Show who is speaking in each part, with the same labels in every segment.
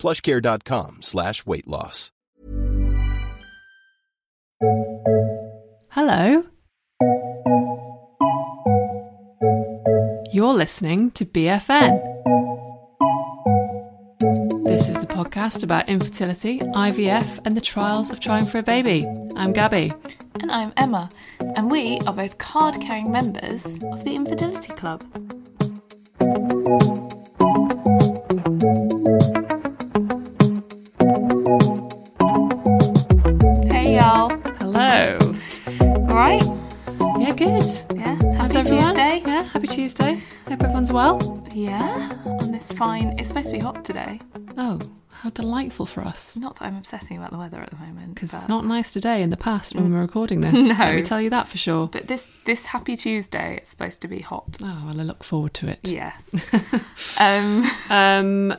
Speaker 1: plushcare.com slash weight loss.
Speaker 2: Hello. You're listening to BFN. This is the podcast about infertility, IVF, and the trials of trying for a baby. I'm Gabby.
Speaker 3: And I'm Emma, and we are both card carrying members of the Infidelity Club. Hey y'all.
Speaker 2: Hello.
Speaker 3: Alright?
Speaker 2: Yeah, good.
Speaker 3: Yeah. Happy
Speaker 2: How's everyone?
Speaker 3: Tuesday.
Speaker 2: Yeah, happy Tuesday. Hope everyone's well.
Speaker 3: Yeah. On this fine it's supposed to be hot today.
Speaker 2: Oh, how delightful for us.
Speaker 3: Not that I'm obsessing about the weather at the moment.
Speaker 2: Because it's
Speaker 3: but- Mm.
Speaker 2: not nice today in the past when we're recording this. Let me tell you that for sure.
Speaker 3: But this this happy Tuesday it's supposed to be hot.
Speaker 2: Oh, well, I look forward to it.
Speaker 3: Yes. um
Speaker 2: Um,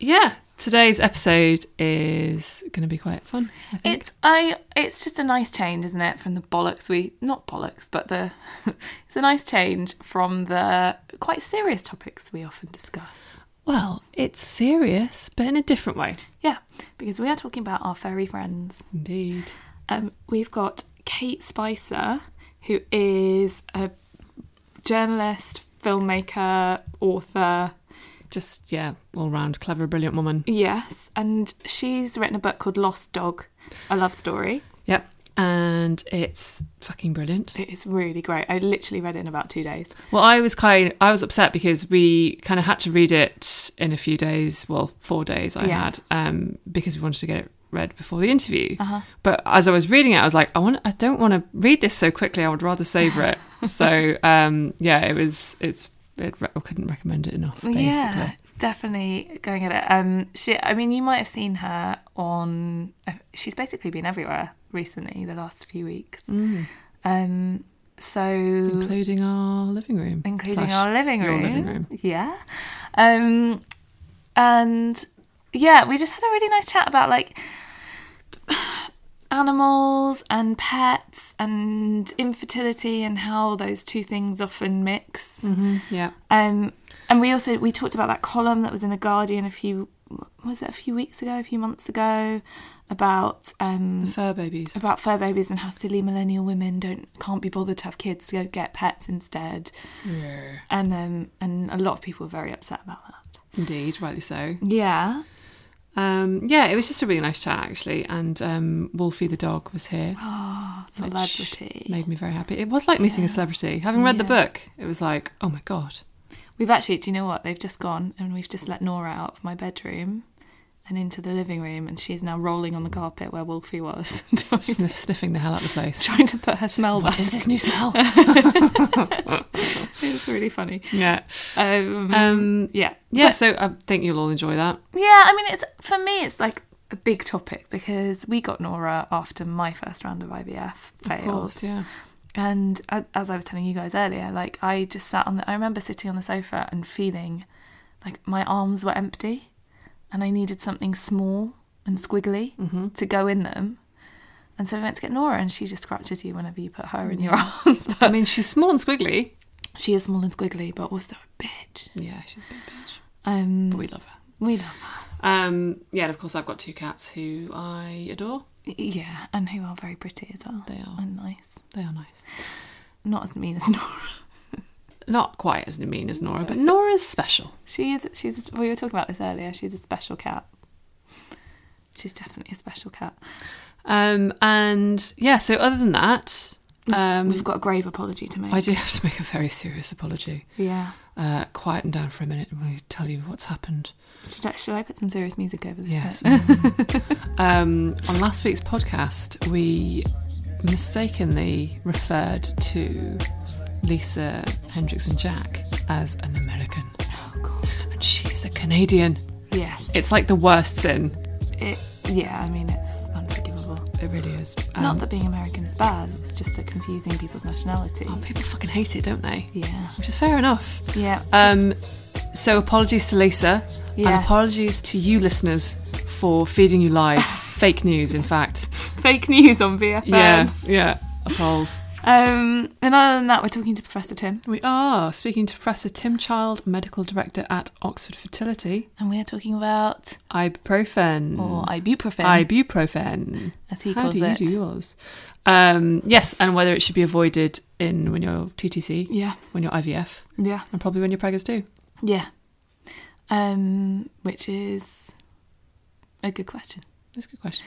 Speaker 2: yeah, today's episode is going to be quite fun, I think.
Speaker 3: It's I. It's just a nice change, isn't it, from the bollocks we not bollocks, but the it's a nice change from the quite serious topics we often discuss.
Speaker 2: Well, it's serious, but in a different way.
Speaker 3: Yeah, because we are talking about our furry friends.
Speaker 2: Indeed.
Speaker 3: Um, we've got Kate Spicer, who is a journalist, filmmaker, author.
Speaker 2: Just, yeah, all round clever, brilliant woman.
Speaker 3: Yes, and she's written a book called Lost Dog: A Love Story.
Speaker 2: Yep. And it's fucking brilliant.
Speaker 3: It's really great. I literally read it in about two days.
Speaker 2: Well, I was kind I was upset because we kind of had to read it in a few days, well, four days I
Speaker 3: Yeah.
Speaker 2: had, um, because we wanted to get it read before the interview.
Speaker 3: Uh-huh.
Speaker 2: But as I was reading it, I was like, I want I don't want to read this so quickly. I would rather savor it. so, um, yeah, it was it's it, I couldn't recommend it enough basically.
Speaker 3: Yeah, definitely going at it. Um, she, I mean, you might have seen her on. She's basically been everywhere recently, the last few weeks.
Speaker 2: Mm.
Speaker 3: Um, so
Speaker 2: including our living room,
Speaker 3: including
Speaker 2: slash
Speaker 3: our living
Speaker 2: your
Speaker 3: room.
Speaker 2: living room.
Speaker 3: Yeah. Um, and yeah, we just had a really nice chat about like animals and pets and infertility and how those two things often mix.
Speaker 2: Yeah,
Speaker 3: Um, and we also we talked about that column that was in the Guardian a few was it a few weeks ago, a few months ago, about um,
Speaker 2: fur babies.
Speaker 3: about fur babies and how silly millennial women don't can't be bothered to have kids, so get pets instead. And um, and a lot of people were very upset about that.
Speaker 2: Indeed, rightly so.
Speaker 3: Yeah.
Speaker 2: Um, yeah, it was just a really nice chat actually, and um, Wolfie the dog was here. which
Speaker 3: Celebrity.
Speaker 2: made me very happy. It was like meeting a celebrity. Having read the book, it was like, oh my god,
Speaker 3: We've actually, do you know what? They've just gone and we've just let Nora out of my bedroom and into the living room, and she's now rolling on the carpet where Wolfie was,
Speaker 2: sn- sniffing the hell out of the place.
Speaker 3: trying to put her smell back.
Speaker 2: What is this new smell?
Speaker 3: It's really funny.
Speaker 2: yeah,
Speaker 3: Um,
Speaker 2: um,
Speaker 3: yeah,
Speaker 2: yeah. So I think you'll all enjoy that.
Speaker 3: yeah. I mean, it's for me, it's like a big topic because we got Nora after my first round of IVF failed,
Speaker 2: Of course, yeah.
Speaker 3: and a- as I was telling you guys earlier, like I just sat on the. I remember sitting on the sofa and feeling like my arms were empty, and I needed something small and squiggly
Speaker 2: Mm-hmm.
Speaker 3: to go in them. And so we went to get Nora, and she just scratches you whenever you put her in your arms.
Speaker 2: I
Speaker 3: But
Speaker 2: mean, she's small and squiggly.
Speaker 3: she is small and squiggly, but also a bitch.
Speaker 2: Yeah, she's a big bitch,
Speaker 3: Um,
Speaker 2: but we love her.
Speaker 3: we love her.
Speaker 2: Um, yeah, and of course I've got two cats who I adore.
Speaker 3: Yeah, and who are very pretty as well.
Speaker 2: They are.
Speaker 3: And nice.
Speaker 2: They are nice.
Speaker 3: Not as mean as Nora.
Speaker 2: Not quite as mean as Nora, but Nora's special.
Speaker 3: She is she's we were talking about this earlier, she's a special cat. She's definitely a special cat.
Speaker 2: Um, and yeah, so other than that, um,
Speaker 3: We've got a grave apology to make.
Speaker 2: I do have to make a very serious apology.
Speaker 3: Yeah.
Speaker 2: Uh, quieten down for a minute and we'll tell you what's happened.
Speaker 3: Should I, should I put some serious music over this?
Speaker 2: Yes.
Speaker 3: bit?
Speaker 2: um, on last week's podcast, we mistakenly referred to Lisa Hendrickson Jack as an American,
Speaker 3: Oh, God.
Speaker 2: and she is a Canadian.
Speaker 3: Yes.
Speaker 2: It's like the worst sin.
Speaker 3: It, yeah, I mean, it's unforgivable.
Speaker 2: It really is. Um,
Speaker 3: Not that being American is bad, it's just that confusing people's nationality.
Speaker 2: oh, people fucking hate it, don't they?
Speaker 3: Yeah.
Speaker 2: Which is fair enough.
Speaker 3: Yeah.
Speaker 2: Um, so apologies to Lisa, and
Speaker 3: Yes.
Speaker 2: apologies to you listeners for feeding you lies, fake news, in fact.
Speaker 3: Fake news on VFM.
Speaker 2: Yeah, yeah. Appalls.
Speaker 3: Um, and other than that, we're talking to Professor Tim,
Speaker 2: We are speaking to Professor Tim Child, Medical Director at Oxford Fertility.
Speaker 3: and we are talking about
Speaker 2: Ibuprofen.
Speaker 3: or ibuprofen,
Speaker 2: Ibuprofen.
Speaker 3: as he
Speaker 2: How
Speaker 3: calls
Speaker 2: do you
Speaker 3: it.
Speaker 2: do yours? Um, yes, and whether it should be avoided in when you're TTC,
Speaker 3: Yeah,
Speaker 2: when you're IVF,
Speaker 3: yeah,
Speaker 2: and probably when you're preggers too.
Speaker 3: yeah. Um, which is a good question.
Speaker 2: That's a good question.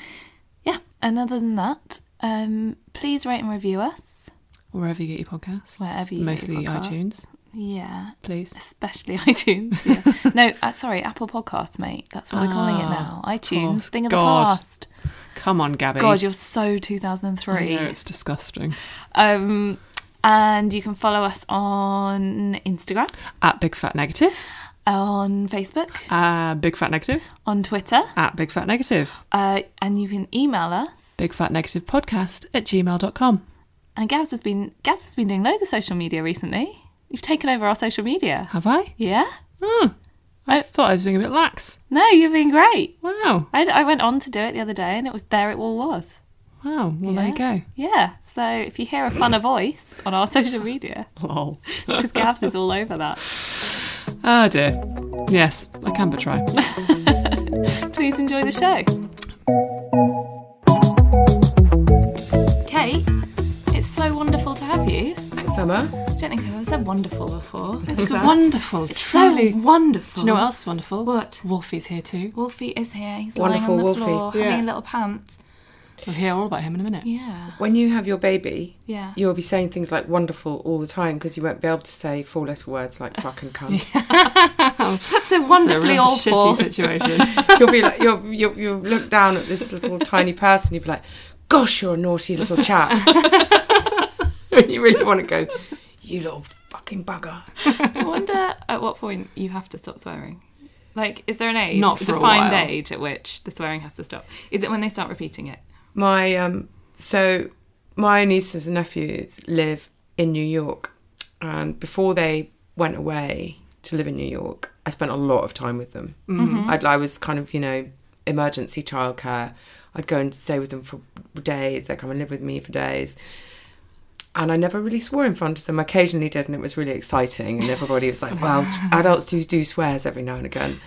Speaker 3: Yeah. And other than that, um, please rate and review us.
Speaker 2: Wherever you get your podcasts,
Speaker 3: Wherever you get your
Speaker 2: mostly
Speaker 3: podcasts.
Speaker 2: iTunes,
Speaker 3: Yeah.
Speaker 2: please.
Speaker 3: Especially iTunes. Yeah. no, uh, sorry, Apple Podcasts, mate. That's what we're calling it
Speaker 2: Ah,
Speaker 3: now.
Speaker 2: of course.
Speaker 3: iTunes, thing of
Speaker 2: God.
Speaker 3: the past.
Speaker 2: Come on, Gabby.
Speaker 3: God, you're so
Speaker 2: I
Speaker 3: 2003.
Speaker 2: know, it's disgusting.
Speaker 3: Um, and you can follow us on Instagram,
Speaker 2: At Big Fat Negative,
Speaker 3: on Facebook,
Speaker 2: uh, Big Fat Negative,
Speaker 3: on Twitter,
Speaker 2: at Big Fat Negative,
Speaker 3: uh, and you can email us.
Speaker 2: Big Fat Negative Podcast at gmail.com.
Speaker 3: And Gabs has been Gabs has been doing loads of social media recently. You've taken over our social media.
Speaker 2: Have I?
Speaker 3: Yeah.
Speaker 2: Hmm. I
Speaker 3: I-
Speaker 2: thought I was being a bit lax.
Speaker 3: No, you've been great.
Speaker 2: Wow.
Speaker 3: I, I went on to do it the other day, and it was there. It all was.
Speaker 2: Wow. Well, there you
Speaker 3: Yeah. So if you hear a funner voice on our social media,
Speaker 2: go. Lol.
Speaker 3: because Gabs is all over that.
Speaker 2: Oh, dear. Yes, I can but try.
Speaker 3: Please enjoy the show. Kate, it's so wonderful to have you.
Speaker 2: Thanks, Emma.
Speaker 3: I don't think I've ever said wonderful before.
Speaker 2: It's wonderful. truly.
Speaker 3: So wonderful.
Speaker 2: Do you know what else is wonderful?
Speaker 3: What?
Speaker 2: Wolfie's here too.
Speaker 3: Wolfie is here. He's
Speaker 4: Wonderful
Speaker 3: lying on the
Speaker 4: Wolfie.
Speaker 3: floor,
Speaker 2: Yeah.
Speaker 3: having a little pant.
Speaker 2: We'll hear all about him in a minute.
Speaker 3: Yeah.
Speaker 4: When you have your baby,
Speaker 3: Yeah.
Speaker 4: you'll be saying things like wonderful all the time because you won't be able to say four letter words like fuck and cunt.
Speaker 3: That's a
Speaker 2: It's a
Speaker 3: wonderfully
Speaker 2: real
Speaker 3: awful.
Speaker 2: shitty situation.
Speaker 4: You'll be like, you'll, you'll, you'll look down at this little tiny person, you'll be like, gosh, you're a naughty little chap. and you really want to go, you little fucking bugger.
Speaker 3: I wonder at what point you have to stop swearing. Like, is there an age?
Speaker 2: Not for a
Speaker 3: defined
Speaker 2: while.
Speaker 3: age at which the swearing has to stop. Is it when they start repeating it?
Speaker 4: My, um, so my nieces and nephews live in New York. And before they went away to live in New York, I spent a lot of time with them. I'd, I was kind of, you know, emergency childcare. I'd go and stay with them for days. They'd come and live with me for days. And I never really swore in front of them. I occasionally did, and it was really exciting. And everybody was like, well, adults do, do swears every now and again.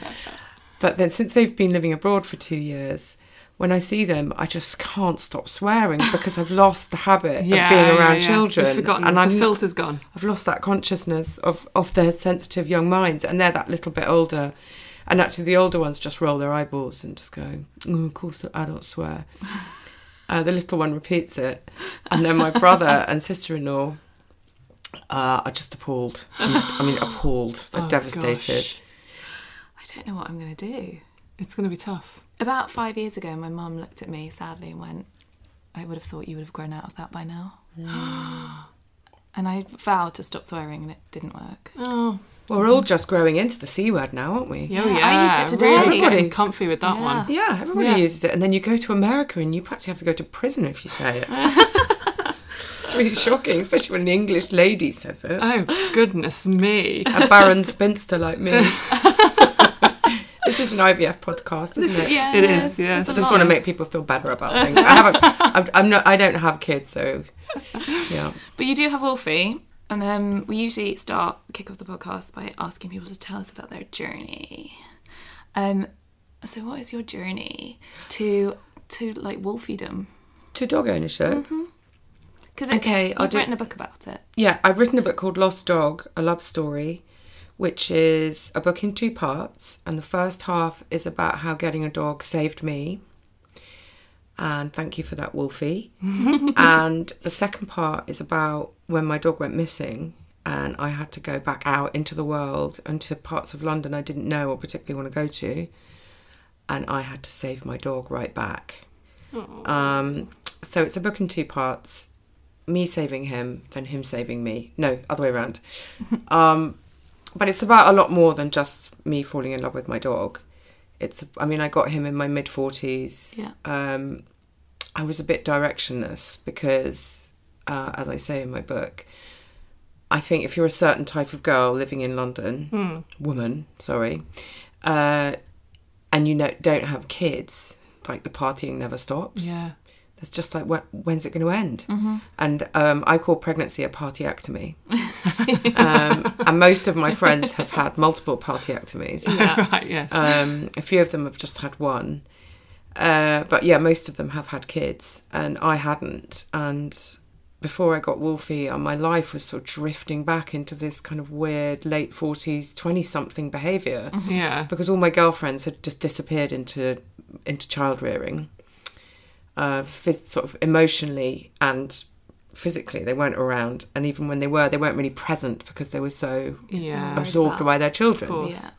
Speaker 4: But then since they've been living abroad for two years, when I see them, I just can't stop swearing because I've lost the habit of being around children.
Speaker 2: You've forgotten.
Speaker 4: and
Speaker 2: the
Speaker 4: I'm not-
Speaker 2: filter's gone.
Speaker 4: I've lost that consciousness of, of their sensitive young minds, and they're that little bit older. And actually, the older ones just roll their eyeballs and just go, oh, of course, the adults swear. uh, the little one repeats it. And then my brother and sister in law uh, are just appalled. I mean, appalled. They're
Speaker 2: Oh,
Speaker 4: devastated.
Speaker 2: gosh.
Speaker 3: I don't know what I'm going to do.
Speaker 2: It's going to be tough.
Speaker 3: About five years ago, my mum looked at me sadly and went, I would have thought you would have grown out of that by now.
Speaker 2: Mm.
Speaker 3: and I vowed to stop swearing and it didn't work.
Speaker 2: Oh,
Speaker 4: Well, we're all just growing into the C word now, aren't we?
Speaker 2: yeah.
Speaker 3: Yeah, I used it today.
Speaker 2: Really
Speaker 4: Everybody-
Speaker 2: getting comfy with that one.
Speaker 4: Yeah, everybody
Speaker 2: Yeah.
Speaker 4: uses it. And then you go to America and you practically have to go to prison if you say it. it's really shocking, especially when an English lady says it.
Speaker 2: Oh, goodness me.
Speaker 4: a barren spinster like me. this is an IVF podcast, isn't it?
Speaker 3: Yeah,
Speaker 2: It is, yes.
Speaker 4: I
Speaker 3: it's a
Speaker 4: just
Speaker 3: lot.
Speaker 4: want to make people feel better about things. I haven't. I'm, I'm not. I don't have kids, so yeah.
Speaker 3: But you do have Wolfie, and um, we usually start kick off the podcast by asking people to tell us about their journey. Um, so what is your journey to to like Wolfiedom?
Speaker 4: To dog ownership.
Speaker 3: Because
Speaker 4: Okay,
Speaker 3: you've
Speaker 4: I'll do-
Speaker 3: written a book about it.
Speaker 4: Yeah, I've written a book called Lost Dog: A Love Story, which is a book in two parts, and the first half is about how getting a dog saved me. and thank you for that, Wolfie. and the second part is about when my dog went missing and I had to go back out into the world and to parts of London I didn't know or particularly want to go to. And I had to save my dog right back. Um, so it's a book in two parts me saving him, then him saving me. No, other way around. um, but it's about a lot more than just me falling in love with my dog. It's, I mean, I got him in my mid 40s.
Speaker 3: Yeah.
Speaker 4: Um, I was a bit directionless because, uh, as I say in my book, I think if you're a certain type of girl living in London, woman, sorry, uh, and you know, don't have kids, like the partying never stops.
Speaker 2: Yeah.
Speaker 4: That's just like, when, when's it going to end? And um, I call pregnancy a partyectomy. um, and most of my friends have had multiple partyectomies.
Speaker 2: right, yes.
Speaker 4: Um, a few of them have just had one. Uh, but yeah, most of them have had kids, and I hadn't. And before I got Wolfie, uh, my life was sort of drifting back into this kind of weird late 40s, 20 something behavior
Speaker 2: yeah.
Speaker 4: because all my girlfriends had just disappeared into into child rearing, uh, phys- sort of emotionally and physically they weren't around, and even when they were, they weren't really present because they were so
Speaker 2: Yeah.
Speaker 4: absorbed
Speaker 3: about-
Speaker 4: by their children,
Speaker 3: course.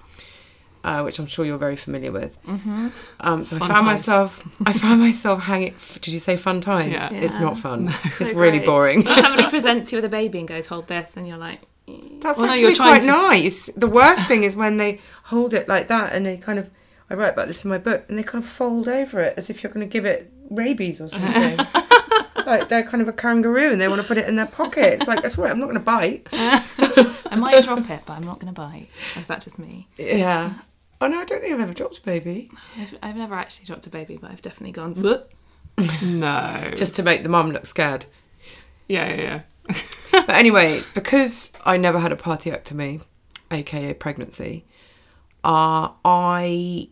Speaker 4: uh, which I'm sure you're very familiar with.
Speaker 3: Mm-hmm.
Speaker 4: Um, so I
Speaker 2: Fun
Speaker 4: found
Speaker 2: times.
Speaker 4: myself, I found myself hanging. f- Did you say fun times?
Speaker 2: Yeah.
Speaker 4: It's
Speaker 3: Yeah.
Speaker 4: not fun. It's
Speaker 3: So
Speaker 4: really
Speaker 3: great.
Speaker 4: boring.
Speaker 3: Or somebody presents you with a baby and goes, hold this, and you're like,
Speaker 4: That's
Speaker 2: Well, no,
Speaker 4: actually
Speaker 2: you're trying
Speaker 4: quite
Speaker 2: to-
Speaker 4: nice. The worst thing is when they hold it like that and they kind of, I write about this in my book, and they kind of fold over it as if you're going to give it rabies or something. It's like they're kind of a kangaroo and they want to put it in their pocket. It's like, that's right, I'm not going to bite.
Speaker 3: I might drop it, but I'm not going to bite. Or is that just me?
Speaker 4: Yeah. Oh no, I don't think I've ever dropped a baby.
Speaker 3: I've, I've never actually dropped a baby, but I've definitely gone, "Bleh."
Speaker 2: No.
Speaker 4: Just to make the mum look scared.
Speaker 2: yeah, yeah, yeah.
Speaker 4: But anyway, because I never had a partyectomy, aka pregnancy, uh, I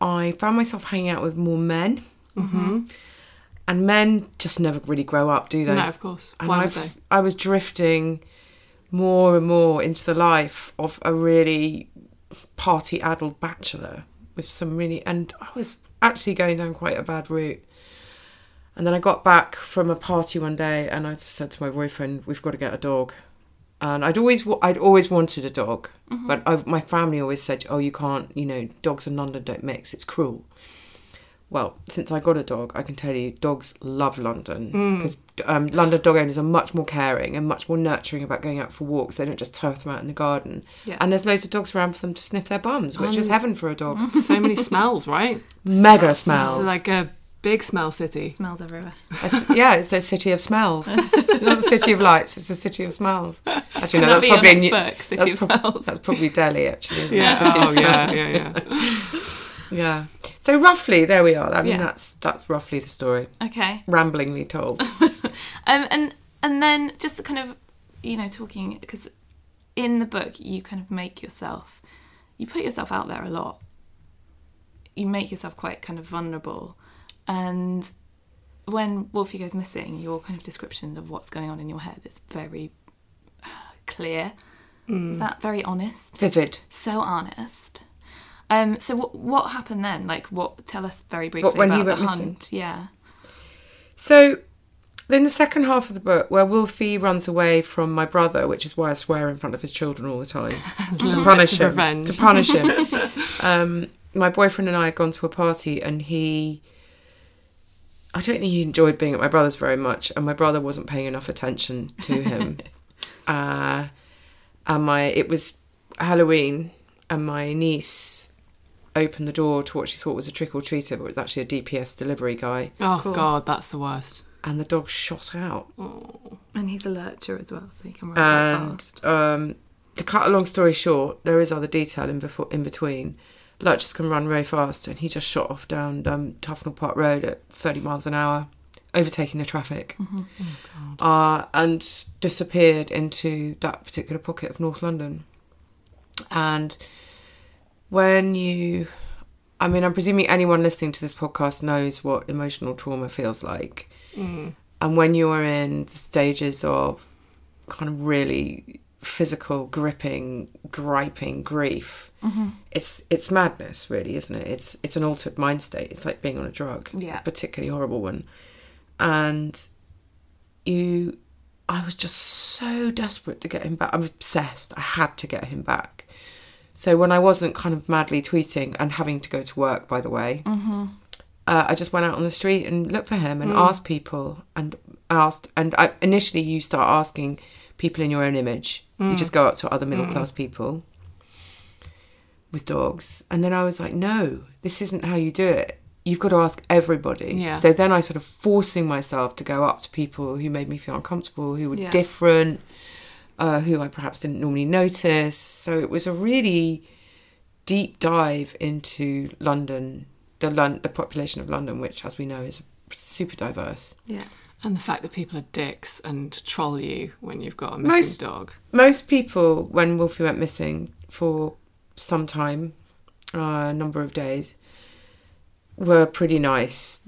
Speaker 4: I found myself hanging out with more men, mm-hmm. and men just never really grow up, do they?
Speaker 2: no, of course.
Speaker 4: And
Speaker 2: Why
Speaker 4: I
Speaker 2: would
Speaker 4: was
Speaker 2: they?
Speaker 4: I was drifting more and more into the life of a really party addled bachelor with some really and I was actually going down quite a bad route. And then I got back from a party one day and I just said to my boyfriend, "We've got to get a dog." And I'd always wa- I'd always wanted a dog,
Speaker 2: Mm-hmm.
Speaker 4: but I, my family always said, "Oh, you can't, you know, dogs and London don't mix. It's cruel." well, since I got a dog, I can tell you dogs love London
Speaker 3: Hmm.
Speaker 4: because um, London dog owners are much more caring and much more nurturing about going out for walks. They don't just turf them out in the garden.
Speaker 3: Yeah. Um.
Speaker 4: And there's loads of dogs around for them to sniff their bums, which is heaven for a dog.
Speaker 2: So many smells, right?
Speaker 4: Mega
Speaker 2: This
Speaker 4: smells.
Speaker 2: is like a big smell city.
Speaker 3: Smells everywhere.
Speaker 4: A s- yeah, it's a city of smells. It's Not the city of lights, it's the city of smells. Actually,
Speaker 3: Can
Speaker 4: no,
Speaker 3: that
Speaker 4: that's
Speaker 3: be your
Speaker 4: probably a
Speaker 3: next
Speaker 4: new-
Speaker 3: book, City
Speaker 4: that's
Speaker 3: of
Speaker 4: prob-
Speaker 3: Smells?
Speaker 4: That's probably Delhi, actually. Isn't
Speaker 2: Yeah.
Speaker 4: it? City of
Speaker 2: Oh, yeah,
Speaker 4: smells.
Speaker 2: yeah, yeah.
Speaker 4: yeah. So roughly, there we are. I mean,
Speaker 3: Yeah.
Speaker 4: that's that's roughly the story,
Speaker 3: Okay.
Speaker 4: ramblingly told.
Speaker 3: Um, and and then just kind of, you know, talking because in the book you kind of make yourself, you put yourself out there a lot. You make yourself quite kind of vulnerable, and when Wolfie goes missing, your kind of description of what's going on in your head is very clear.
Speaker 4: Mm.
Speaker 3: Is that very honest?
Speaker 4: Vivid.
Speaker 3: so honest. Um, so what what happened then? Like, what? Tell us very briefly
Speaker 4: when he
Speaker 3: about the
Speaker 4: went missing?
Speaker 3: hunt. Yeah,
Speaker 4: So, in the second half of the book, where Wolfie runs away from my brother, which is why I swear in front of his children all the time to punish
Speaker 2: bits of
Speaker 4: him.
Speaker 2: revenge.
Speaker 4: To punish him. um, my boyfriend and I had gone to a party, and he. I don't think he enjoyed being at my brother's very much, and my brother wasn't paying enough attention to him. uh, and my it was Halloween, and my niece opened the door to what she thought was a trick or treater, but it was actually a DPS delivery guy,
Speaker 2: Oh, God, that's the worst.
Speaker 4: and the dog shot out.
Speaker 3: and he's a lurcher as well, so he can run quite
Speaker 4: and
Speaker 3: fast.
Speaker 4: um, to cut a long story short, there is other detail in, before, in between. Lurchers can run very fast, and he just shot off down um, Tufnell Park Road at 30 miles an hour, overtaking the traffic, uh, and disappeared into that particular pocket of North London. And when you, I mean, I'm presuming anyone listening to this podcast knows what emotional trauma feels like. And when you are in the stages of kind of really physical, gripping, griping grief. It's it's madness, really, isn't it? It's it's an altered mind state. It's like being on a drug,
Speaker 3: Yeah.
Speaker 4: a particularly horrible one. And you, I was just so desperate to get him back. I'm obsessed. I had to get him back. So when I wasn't kind of madly tweeting and having to go to work, by the way, uh, I just went out on the street and looked for him and asked people and asked and I, initially you start asking people in your own image. You just go up to other middle class people with dogs, and then I was like, no, this isn't how you do it. You've got to ask everybody.
Speaker 2: Yeah.
Speaker 4: So then I sort of forcing myself to go up to people who made me feel uncomfortable, who were
Speaker 3: Yeah.
Speaker 4: different, uh, who I perhaps didn't normally notice. So it was a really deep dive into London, the Lon- the population of London, which, as we know, is super diverse.
Speaker 3: Yeah.
Speaker 2: And the fact that people are dicks and troll you when you've got a missing
Speaker 4: Most-
Speaker 2: dog.
Speaker 4: Most people, when Wolfie went missing for some time, a number of days, were pretty nice.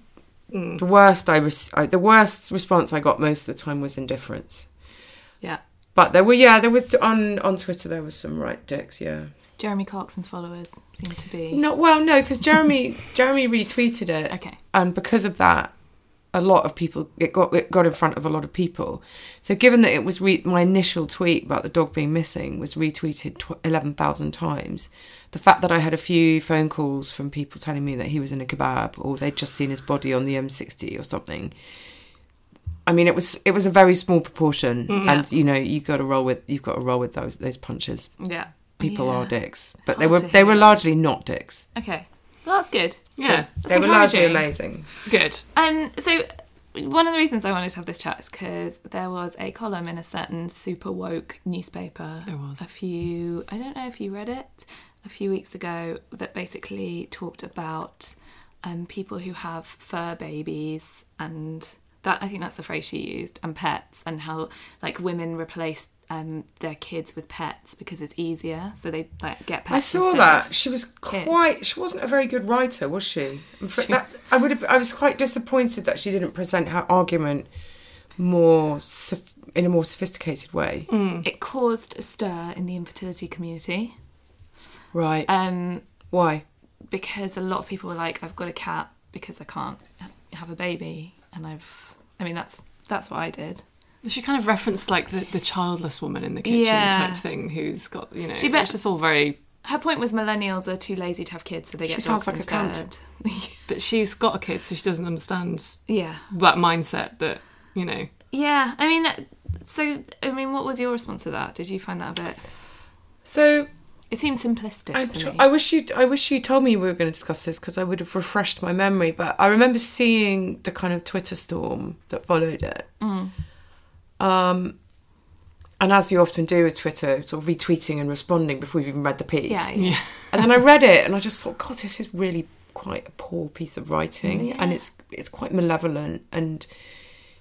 Speaker 4: The worst I, res- I the worst response I got most of the time was indifference.
Speaker 2: Yeah.
Speaker 4: But there were yeah there was on on Twitter there was some right dicks yeah
Speaker 3: Jeremy Clarkson's followers seem to be.
Speaker 4: No, well, no, because Jeremy Jeremy retweeted it.
Speaker 3: Okay.
Speaker 4: And because of that, a lot of people it got it got in front of a lot of people. So given that it was re- my initial tweet about the dog being missing was retweeted tw- eleven thousand times, the fact that I had a few phone calls from people telling me that he was in a kebab or they'd just seen his body on the M60 or something. I mean, it was it was a very small proportion,
Speaker 3: Mm-hmm.
Speaker 4: and you know you got to roll with you've got to roll with those those punches.
Speaker 3: Yeah.
Speaker 4: People are dicks, but they
Speaker 3: Hard
Speaker 4: were
Speaker 3: to
Speaker 4: they were
Speaker 3: hear.
Speaker 4: largely not dicks.
Speaker 3: Okay. Well, that's good.
Speaker 2: Yeah.
Speaker 4: they were largely
Speaker 3: encouraging.
Speaker 4: amazing.
Speaker 2: Good.
Speaker 3: Um, so one of the reasons I wanted to have this chat is because there was a column in a certain super woke newspaper.
Speaker 2: There was.
Speaker 3: a few. I don't know if you read it a few weeks ago that basically talked about um, people who have fur babies and that I think that's the phrase she used and pets and how like women replace um, their kids with pets because it's easier so they like get pets.
Speaker 4: I saw
Speaker 3: instead
Speaker 4: that.
Speaker 3: of-
Speaker 4: She was quite. She wasn't a very good writer, was she? In fact, that- I would. Have, I was quite disappointed that she didn't present her argument more soph- in a more sophisticated way.
Speaker 3: It caused a stir in the infertility community.
Speaker 4: Right.
Speaker 3: Um,
Speaker 4: Why?
Speaker 3: because a lot of people were like, I've got a cat because I can't ha- have a baby, and I've, I mean, that's that's what I did.
Speaker 2: She kind of referenced like the, the childless woman in the kitchen
Speaker 3: Yeah.
Speaker 2: type thing who's got, you know,
Speaker 3: She
Speaker 2: she
Speaker 3: bet-
Speaker 2: it's just all very.
Speaker 3: Her point was millennials are too lazy to have kids, so they get
Speaker 4: She sounds
Speaker 3: dogs
Speaker 4: like a cunt.
Speaker 3: instead.
Speaker 2: But she's got a kid, so she doesn't understand
Speaker 3: yeah,
Speaker 2: that mindset that, you know.
Speaker 3: yeah. I mean, so I mean, what was your response to that? Did you find that a bit?
Speaker 4: So
Speaker 3: It seemed simplistic
Speaker 4: I,
Speaker 3: to
Speaker 4: tr-
Speaker 3: me.
Speaker 4: I wish you. I wish you told me we were going to discuss this because I would have refreshed my memory. But I remember seeing the kind of Twitter storm that followed it. Um, and as you often do with Twitter, sort of retweeting and responding before you've even read the piece.
Speaker 3: yeah, yeah.
Speaker 2: Yeah.
Speaker 4: and then I read it and I just thought, God, this is really quite a poor piece of writing, and it's it's quite malevolent, and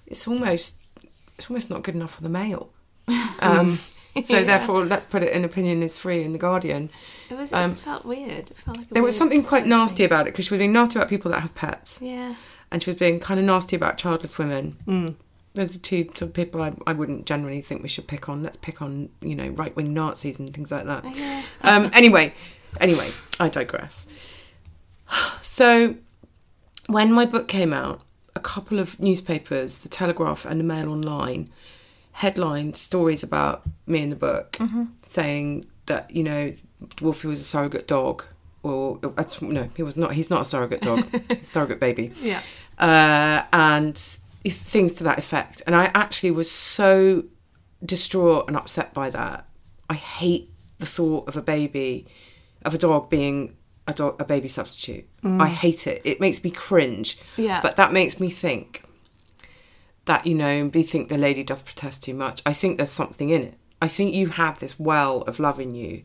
Speaker 4: it's almost it's almost not good enough for the Mail. Um, so
Speaker 3: Yeah.
Speaker 4: therefore, let's put it in opinion is free in the Guardian.
Speaker 3: It was. It
Speaker 4: Um,
Speaker 3: just felt weird. It felt like a
Speaker 4: There was
Speaker 3: weird
Speaker 4: something quite
Speaker 3: policy.
Speaker 4: nasty about it because she was being nasty about people that have pets,
Speaker 3: Yeah,
Speaker 4: and she was being kind of nasty about childless women. Those are two sort of people I, I wouldn't generally think we should pick on. Let's pick on you know right wing Nazis and things like that
Speaker 3: yeah.
Speaker 4: um, anyway, anyway, I digress. So, when my book came out, a couple of newspapers, The Telegraph and the Mail Online, headlined stories about me in the book, saying that you know Wolfie was a surrogate dog, or uh, no, he was not. He's not a surrogate dog, he's a surrogate baby
Speaker 2: Yeah.
Speaker 4: uh, and things to that effect. And I actually was so distraught and upset by that. I hate the thought of a baby, of a dog being a dog, a baby substitute. I hate it. It makes me cringe.
Speaker 3: Yeah.
Speaker 4: But that makes me think that you know we think the lady doth protest too much i think there's something in it i think you have this well of love in you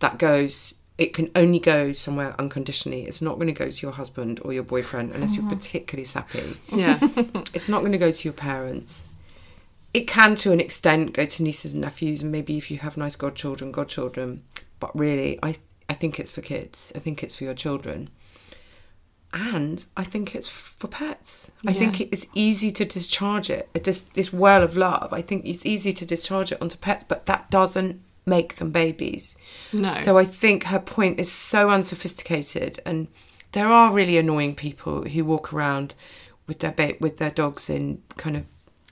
Speaker 4: that goes it can only go somewhere unconditionally it's not going to go to your husband or your boyfriend unless you're particularly sappy
Speaker 2: Yeah.
Speaker 4: it's not going to go to your parents it can to an extent go to nieces and nephews and maybe if you have nice godchildren godchildren but really i i think it's for kids i think it's for your children and I think it's for pets. I think it's easy to discharge it. It just this well of love. I think it's easy to discharge it onto pets, but that doesn't make them babies.
Speaker 2: No.
Speaker 4: So I think her point is so unsophisticated, and there are really annoying people who walk around with their ba- with their dogs in kind of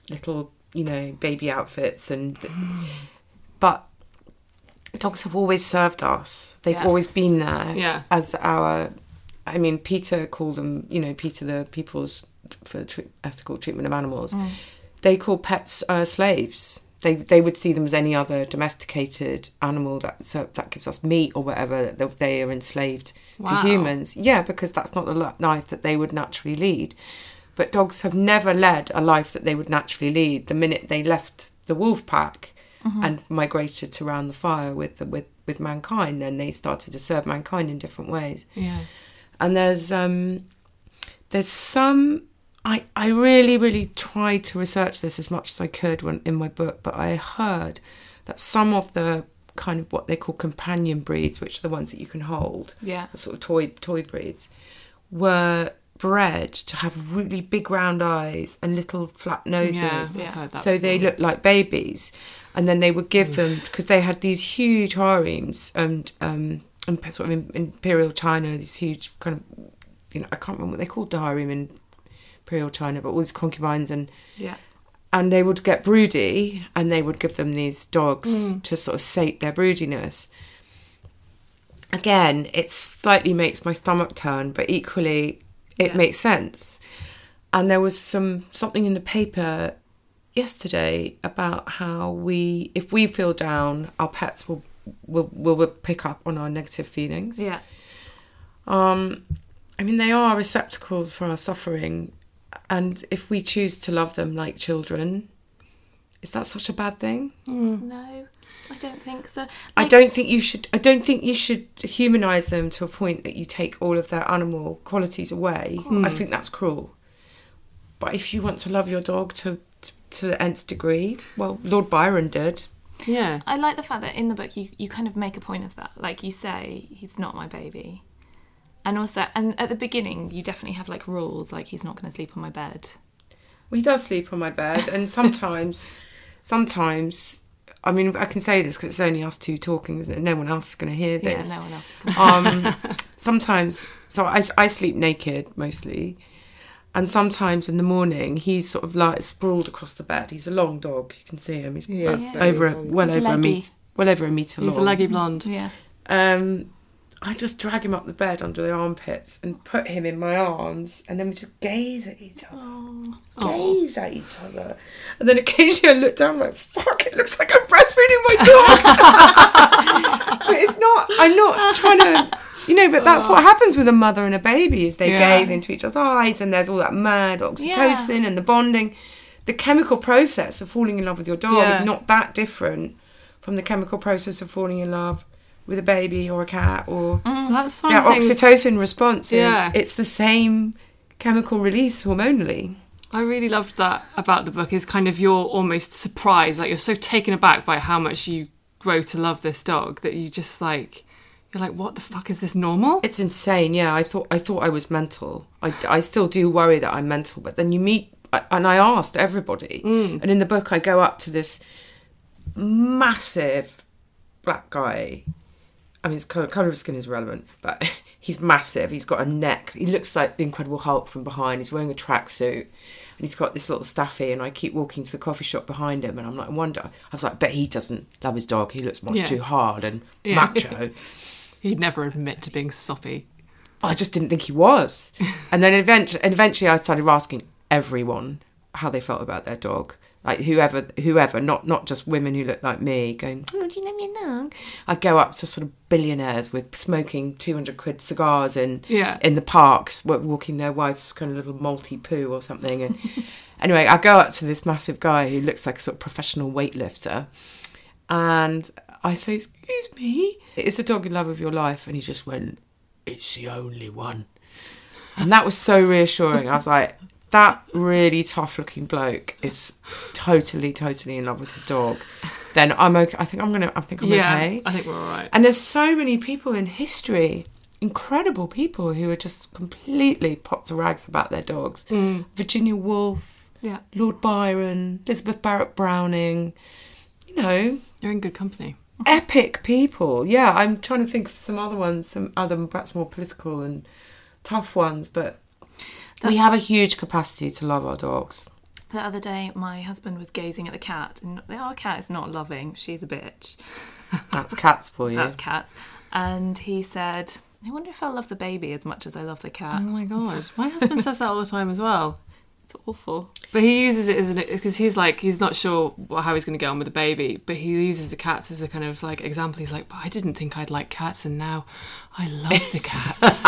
Speaker 4: little you know baby outfits and but dogs have always served us. They've
Speaker 2: Yeah.
Speaker 4: always been there.
Speaker 2: Yeah.
Speaker 4: As our, I mean, Peter called them, you know, Peter the People's for tre- Ethical Treatment of Animals. They call pets uh, slaves. They they would see them as any other domesticated animal that ser- that gives us meat or whatever. They, they are enslaved
Speaker 2: Wow.
Speaker 4: to humans. Yeah, because that's not the li- life that they would naturally lead. But dogs have never led a life that they would naturally lead. The minute they left the wolf pack, and migrated to round the fire with the, with with mankind. Then they started to serve mankind in different ways.
Speaker 2: yeah.
Speaker 4: And there's um, there's some I I really really tried to research this as much as I could when in my book, but I heard that some of the kind of what they call companion breeds, which are the ones that you can hold,
Speaker 3: Yeah.
Speaker 4: the sort of toy toy breeds, were bred to have really big round eyes and little flat noses
Speaker 2: Yeah, I've heard that
Speaker 4: so they
Speaker 2: before.
Speaker 4: looked like babies and then they would give them because they had these huge harems and um and sort of in, imperial china these huge kind of you know i can't remember what they called the harem in imperial china but all these concubines and
Speaker 3: Yeah.
Speaker 4: and they would get broody and they would give them these dogs to sort of sate their broodiness again it slightly makes my stomach turn but equally it makes sense and there was some something in the paper yesterday about how we if we feel down our pets will will will, will pick up on our negative feelings
Speaker 3: Yeah.
Speaker 4: um, I mean, they are receptacles for our suffering, and if we choose to love them like children, is that such a bad thing?
Speaker 3: No, I don't think so.
Speaker 4: Mm. I
Speaker 3: Like-
Speaker 4: don't think you should. I don't think you should humanize them to a point that you take all of their animal qualities away. I think that's cruel. But if you want to love your dog to to the nth degree, well, Lord Byron did.
Speaker 2: Yeah.
Speaker 3: I like the fact that in the book you, you kind of make a point of that. Like you say, he's not my baby. And also, and at the beginning, you definitely have like rules, like he's not going to sleep on my bed.
Speaker 4: Well, he does sleep on my bed, and sometimes, sometimes, I mean, I can say this because it's only us two talking, isn't it? No one else is going to hear
Speaker 3: Yeah,
Speaker 4: this.
Speaker 3: no one else is going to.
Speaker 4: um, sometimes, so I, I sleep naked mostly, and sometimes in the morning he's sort of like sprawled across the bed. He's a long dog, you can see him. He's
Speaker 3: Yeah, he's
Speaker 4: about over a, well
Speaker 3: He's
Speaker 4: over a
Speaker 3: leggy.
Speaker 4: meter, well over a meter long.
Speaker 2: He's a leggy blonde.
Speaker 3: Yeah.
Speaker 4: Um, I just drag him up the bed under the armpits and put him in my arms, and then we just gaze at each other, gaze at each other, and then occasionally I look down, I'm like, "Fuck! It looks like I'm breastfeeding my dog." but it's not. I'm not trying to, you know. But that's what happens with a mother and a baby is they
Speaker 2: Yeah.
Speaker 4: gaze into each other's eyes, and there's all that mad oxytocin and the bonding. The chemical process of falling in love with your dog
Speaker 2: Yeah.
Speaker 4: is not that different from the chemical process of falling in love with a baby or a cat or
Speaker 2: That's one
Speaker 4: yeah,
Speaker 2: of the Mm-hmm. things
Speaker 4: oxytocin response is
Speaker 2: Yeah.
Speaker 4: it's the same chemical release hormonally.
Speaker 2: I really loved that about the book is kind of your almost surprise. Like you're so taken aback by how much you grow to love this dog that you just like, you're like, what the fuck is this normal?
Speaker 4: It's insane. Yeah, I thought I thought I was mental. I, I still do worry that I'm mental, but then you meet I- and I asked everybody,
Speaker 2: Mm.
Speaker 4: and in the book I go up to this massive black guy. I mean, his color, color of skin is relevant, but he's massive. He's got a neck. He looks like the Incredible Hulk from behind. He's wearing a tracksuit, and he's got this little staffy. And I keep walking to the coffee shop behind him, and I'm like, I wonder. I was like, bet he doesn't love his dog. He looks much
Speaker 2: Yeah.
Speaker 4: too hard and
Speaker 2: Yeah.
Speaker 4: macho.
Speaker 2: He'd never admit to being soppy.
Speaker 4: I just didn't think he was. And then eventually, eventually, I started asking everyone how they felt about their dog, like whoever, whoever, not not just women who look like me, going, "Oh, do you love your dog?" I go up to sort of billionaires with smoking two hundred quid cigars in
Speaker 2: Yeah.
Speaker 4: in the parks, wa- walking their wife's kind of little multi poo or something. And anyway, I go up to this massive guy who looks like a sort of professional weightlifter, and I say, "Excuse me, is the dog in love with your life?" And he just went, "It's the only one." And that was so reassuring. I was like, "That really tough-looking bloke is totally, totally in love with his dog." Then I'm okay. I think I'm gonna. I think I'm
Speaker 2: yeah,
Speaker 4: okay.
Speaker 2: I think we're all right.
Speaker 4: And there's so many people in history incredible people who are just completely pots and rags about their dogs. Virginia Woolf,
Speaker 2: Yeah.
Speaker 4: Lord Byron, Elizabeth Barrett Browning, you know,
Speaker 2: You're in good company.
Speaker 4: epic people. Yeah, I'm trying to think of some other ones, some other perhaps more political and tough ones, but we have a huge capacity to love our dogs.
Speaker 3: The other day, my husband was gazing at the cat, and our cat is not loving. She's a bitch.
Speaker 4: That's cats for you.
Speaker 3: That's cats. And he said, I wonder if I love the baby as much as I love the cat.
Speaker 2: Oh my god, my husband says that all the time as well.
Speaker 3: It's awful.
Speaker 2: But he uses it as an because he's like he's not sure wha- how he's going to get on with the baby, but he uses the cats as a kind of like example. He's like, but I didn't think I'd like cats, and now I love the cats.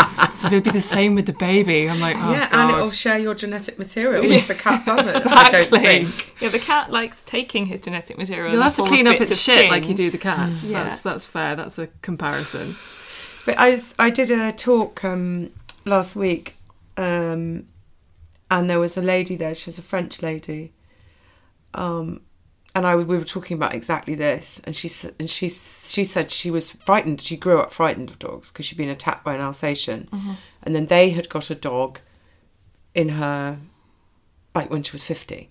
Speaker 2: so it'll be the same with the baby. I'm like, oh
Speaker 4: yeah,
Speaker 2: god.
Speaker 4: and it'll share your genetic material, which the cat doesn't.
Speaker 2: Exactly.
Speaker 4: I don't think.
Speaker 3: Yeah, the cat likes taking his genetic material. in
Speaker 2: You'll
Speaker 3: the
Speaker 2: have to
Speaker 3: form of
Speaker 2: clean up
Speaker 3: bits
Speaker 2: its
Speaker 3: of
Speaker 2: shit
Speaker 3: skin.
Speaker 2: like you do the cats.
Speaker 3: Yeah.
Speaker 2: That's that's fair. That's a comparison.
Speaker 4: But I, was- I did a talk um, last week, um, and there was a lady there. She was a French lady, um, and I we were talking about exactly this. And she s- and she s- she said she was frightened. She grew up frightened of dogs because she'd been attacked by an Alsatian, and then they had got a dog in her like when she was fifty.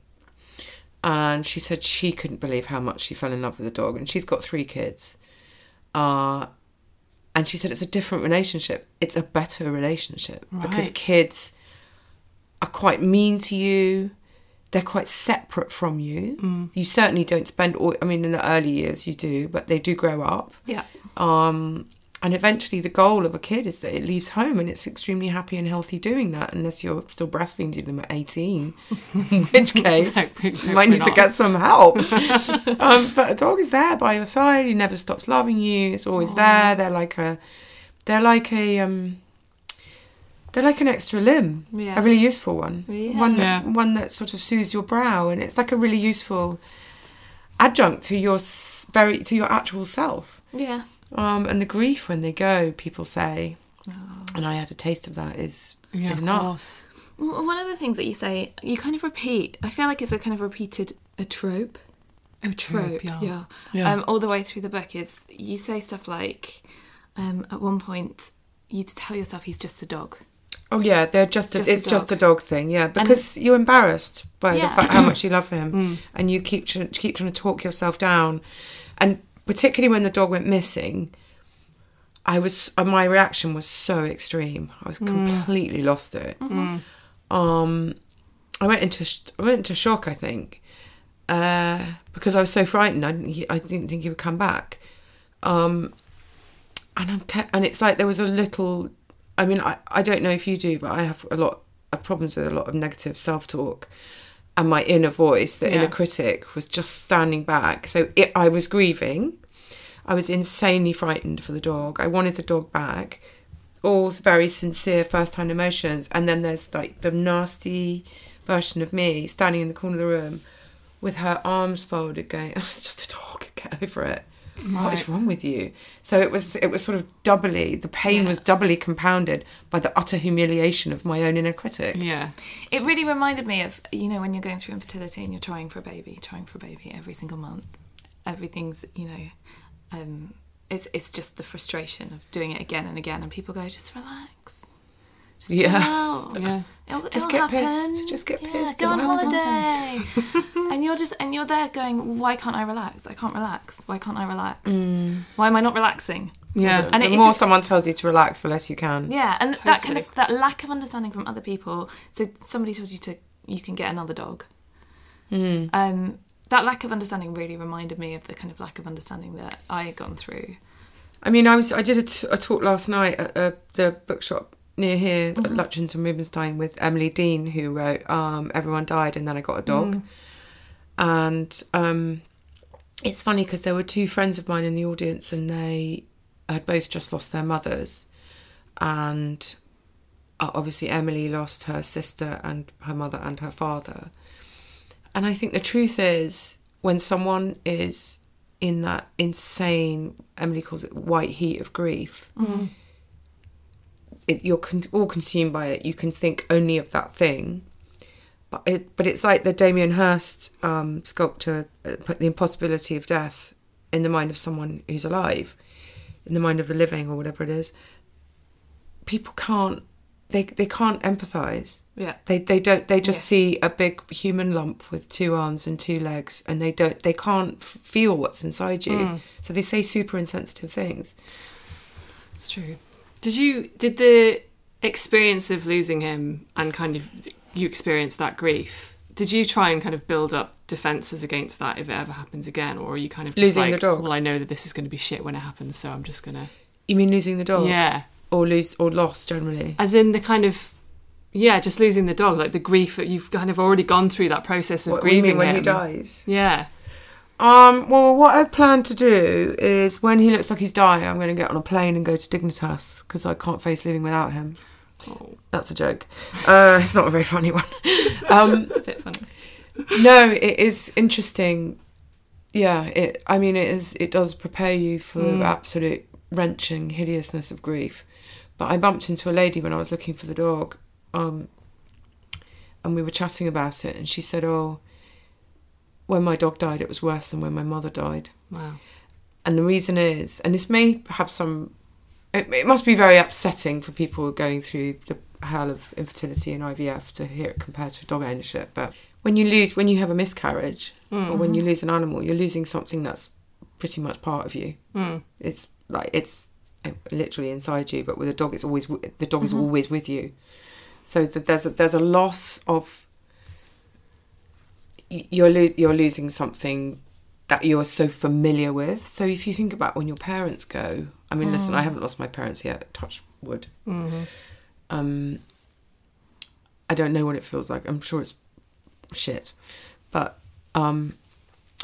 Speaker 4: And she said she couldn't believe how much she fell in love with the dog, and she's got three kids. Uh, and she said it's a different relationship. It's a better relationship because
Speaker 2: Right.
Speaker 4: kids are quite mean to you. They're quite separate from you. You certainly don't spend all. I mean, in the early years you do, but they do grow up.
Speaker 3: Yeah.
Speaker 4: Um, and eventually, the goal of a kid is that it leaves home and it's extremely happy and healthy doing that, unless you're still breastfeeding them at 18, in which case
Speaker 2: Exactly,
Speaker 4: you might need
Speaker 2: we're
Speaker 4: to
Speaker 2: not.
Speaker 4: get some help. um, but a dog is there by your side; he never stops loving you. It's always there. They're like a, they're like a, um, they're like an extra limb,
Speaker 3: Yeah.
Speaker 4: a really useful one,
Speaker 3: Yeah.
Speaker 4: one that,
Speaker 2: Yeah.
Speaker 4: one that sort of soothes your brow, and it's like a really useful adjunct to your s- very to your actual self
Speaker 3: Yeah.
Speaker 4: um, and the grief when they go, people say, and I had a taste of that is
Speaker 2: Yeah,
Speaker 4: is
Speaker 2: of
Speaker 4: nuts.
Speaker 2: course.
Speaker 3: W- One of the things that you say, you kind of repeat. I feel like it's a kind of repeated a trope. A trope,
Speaker 2: oh, yeah.
Speaker 3: yeah.
Speaker 2: Yeah.
Speaker 3: Um, all the way through the book is you say stuff like, um, at one point, you tell yourself he's just a dog.
Speaker 4: Oh yeah, they're just, a,
Speaker 3: Just a
Speaker 4: it's just a dog thing, yeah, because you're embarrassed by the
Speaker 3: Yeah.
Speaker 4: fact how much you love him, and you keep tr- keep trying to talk yourself down, and particularly when the dog went missing, I was uh, my reaction was so extreme. I was completely lost it. Um, I went into sh- I went into shock. I think uh, because I was so frightened. I didn't he, I didn't think he would come back. Um, and I'm kept, and it's like there was a little. I mean, I, I don't know if you do, but I have a lot of problems with a lot of negative self talk, and my inner voice, the
Speaker 2: Yeah.
Speaker 4: inner critic, was just standing back. So it, I was grieving. I was insanely frightened for the dog. I wanted the dog back. All very sincere first hand emotions. And then there's like the nasty version of me standing in the corner of the room with her arms folded, going, oh, It's just a dog, get over it. What is wrong with you? So it was it was sort of doubly the pain was doubly compounded by the utter humiliation of my own inner critic.
Speaker 2: Yeah.
Speaker 3: It really reminded me of, you know, when you're going through infertility and you're trying for a baby, trying for a baby every single month. Everything's, you know, um, it's, it's just the frustration of doing it again and again. And people go, just relax. Just chill
Speaker 4: Yeah.
Speaker 3: out.
Speaker 2: Yeah.
Speaker 3: It'll,
Speaker 4: Just
Speaker 3: it'll
Speaker 4: get pissed.
Speaker 3: happen.
Speaker 4: Just get
Speaker 3: Yeah,
Speaker 4: pissed.
Speaker 3: Go
Speaker 4: It
Speaker 3: on
Speaker 4: will
Speaker 3: holiday. and you're just and you're there going, why can't I relax? I can't relax. Why can't I relax? Why am I not relaxing?
Speaker 2: Yeah.
Speaker 3: And
Speaker 4: the
Speaker 3: it- it
Speaker 4: Mm. more
Speaker 3: just-
Speaker 4: someone tells you to relax, the less you can.
Speaker 3: Yeah, and that kind of that lack of understanding from other people. So somebody told you to you can get another dog. Um, that lack of understanding really reminded me of the kind of lack of understanding that I had gone through.
Speaker 4: I mean, I was I did a, t- a talk last night at uh, the bookshop near here at Lutchens and Rubenstein with Emily Dean, who wrote um, "Everyone Died and Then I Got a Dog," and um, it's funny because there were two friends of mine in the audience, and they had both just lost their mothers, and uh, obviously Emily lost her sister and her mother and her father. And I think the truth is, when someone is in that insane, Emily calls it white heat of grief, it, you're con- all consumed by it. You can think only of that thing. But, it, but it's like the Damien Hirst um, sculpture, uh, put The Impossibility of Death in the mind of someone who's alive, in the mind of the living or whatever it is. people can't they they can't empathize.
Speaker 2: Yeah.
Speaker 4: They they don't they just see a big human lump with two arms and two legs and they don't they can't f- feel what's inside you.
Speaker 2: Mm.
Speaker 4: So they say super insensitive things.
Speaker 2: It's true. Did you did the experience of losing him and kind of you experienced that grief? Did you try and kind of build up defenses against that if it ever happens again, or are you kind of just
Speaker 4: Losing the
Speaker 2: like,
Speaker 4: dog.
Speaker 2: well, I know that this is going to be shit when it happens, so I'm just gonna
Speaker 4: You mean losing the dog?
Speaker 2: yeah,
Speaker 4: Or lose or loss generally.
Speaker 2: as in the kind of yeah, just losing the dog, like the grief that you've kind of already gone through that process of
Speaker 4: What do you mean
Speaker 2: grieving
Speaker 4: when he
Speaker 2: him.
Speaker 4: dies?
Speaker 2: Yeah,
Speaker 4: Um well what I plan to do is when he looks like he's dying I'm going to get on a plane and go to Dignitas because I can't face living without him.
Speaker 2: Oh.
Speaker 4: That's a joke. Uh, it's not a very funny one. Um,
Speaker 2: it's a bit funny.
Speaker 4: no, it is interesting. Yeah, it. I mean, it is. It does prepare you for the absolute wrenching hideousness of grief. But I bumped into a lady when I was looking for the dog, um, and we were chatting about it, and she said, "Oh, when my dog died, it was worse than when my mother died."
Speaker 2: Wow.
Speaker 4: And the reason is, and this may have some, it, it must be very upsetting for people going through the hell of infertility and IVF to hear it compared to dog ownership. But when you lose, when you have a miscarriage or when you lose an animal, you're losing something that's pretty much part of you. Mm. It's like, it's um, literally inside you, but with a dog, it's always, w- the dog is always with you. So that there's a, there's a loss of y- you're lo- you're losing something that you're so familiar with. So if you think about when your parents go, I mean, listen, I haven't lost my parents yet. Touch wood. Um, I don't know what it feels like. I'm sure it's shit, but um,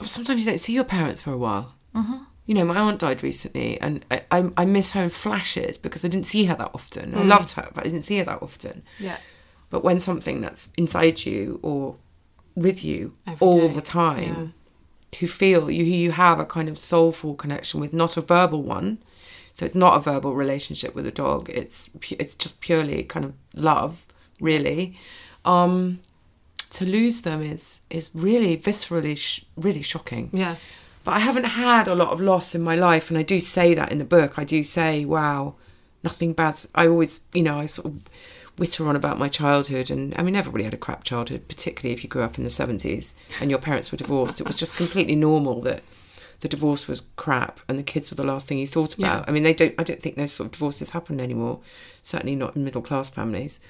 Speaker 4: sometimes you don't see your parents for a while. Mm-hmm. You know, my aunt died recently, and I, I I miss her in flashes because I didn't see her that often. I loved her, but I didn't see her that often.
Speaker 2: Mm. Yeah.
Speaker 4: But when something that's inside you or with you
Speaker 2: Every
Speaker 4: all
Speaker 2: day,
Speaker 4: the time, who feel you, who you have a kind of soulful connection with, not a verbal one. So it's not a verbal relationship with a dog. It's pu- it's just purely kind of love, really. Um, to lose them is is really viscerally, sh- really shocking
Speaker 2: Yeah.
Speaker 4: but I haven't had a lot of loss in my life, and I do say that in the book. I do say, "Wow, nothing bad." I always, you know, I sort of whitter on about my childhood, and I mean, everybody had a crap childhood, particularly if you grew up in the seventies and your parents were divorced. It was just completely normal that the divorce was crap, and the kids were the last thing you thought about. I mean, they don't. I don't think those sort of divorces happen anymore. Certainly not in middle class families.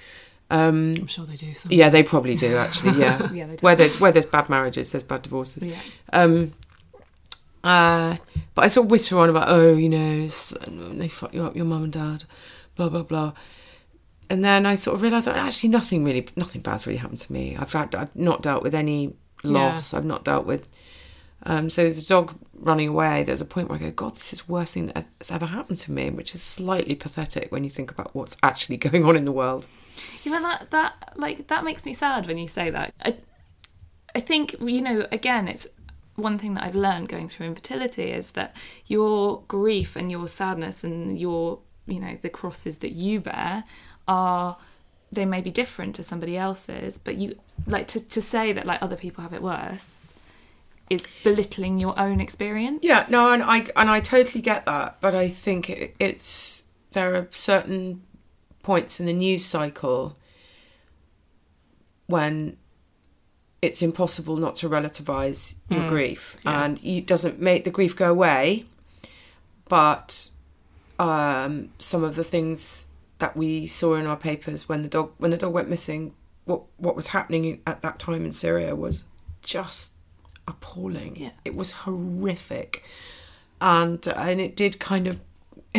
Speaker 4: Um,
Speaker 2: I'm sure they do. Some.
Speaker 4: yeah, they probably do actually. Yeah,
Speaker 3: Yeah, they do.
Speaker 4: where there's where there's bad marriages, there's bad divorces.
Speaker 2: Yeah.
Speaker 4: Um, uh, but I sort of whitter on about oh, you know, it's- um, they fuck you up, your mum and dad, blah blah blah. And then I sort of realised oh, actually nothing really, nothing bad's really happened to me. I've had, I've not dealt with any loss. I've not dealt with. Um, so the dog running away. There's a point where I go, God, this is the worst thing that's ever happened to me, which is slightly pathetic when you think about what's actually going on in the world.
Speaker 3: You know that that like that makes me sad when you say that. I, I think you know again it's one thing that I've learned going through infertility is that your grief and your sadness and your you know the crosses that you bear are they may be different to somebody else's but you like to, to say that like other people have it worse is belittling your own experience.
Speaker 4: Yeah, no, and I and I totally get that, but I think it, it's there are certain points in the news cycle when it's impossible not to relativize your grief, and it doesn't make the grief go away, but um, some of the things that we saw in our papers when the dog when the dog went missing, what what was happening at that time in Syria was just appalling.
Speaker 3: Yeah.
Speaker 4: It was horrific, and and it did kind of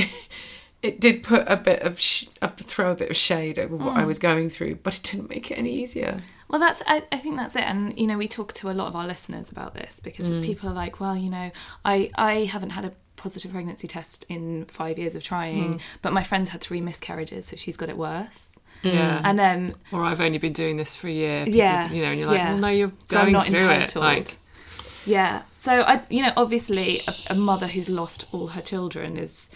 Speaker 4: it did put a bit of sh- a, throw a bit of shade over what I was going through, but it didn't make it any easier.
Speaker 3: Well, that's I, I think that's it, and you know we talk to a lot of our listeners about this because
Speaker 2: Mm.
Speaker 3: people are like, well, you know, I I haven't had a positive pregnancy test in five years of trying,
Speaker 2: Mm.
Speaker 3: but my friend's had three miscarriages, so she's got it worse.
Speaker 2: Yeah.
Speaker 3: And um,
Speaker 2: or I've only been doing this for a year. People-
Speaker 3: Yeah.
Speaker 2: you know, and you're like,
Speaker 3: Yeah.
Speaker 2: well, no, you're
Speaker 3: So I'm
Speaker 2: going
Speaker 3: not
Speaker 2: through
Speaker 3: entitled.
Speaker 2: it. Like,
Speaker 3: yeah, so I you know obviously a, a mother who's lost all her children is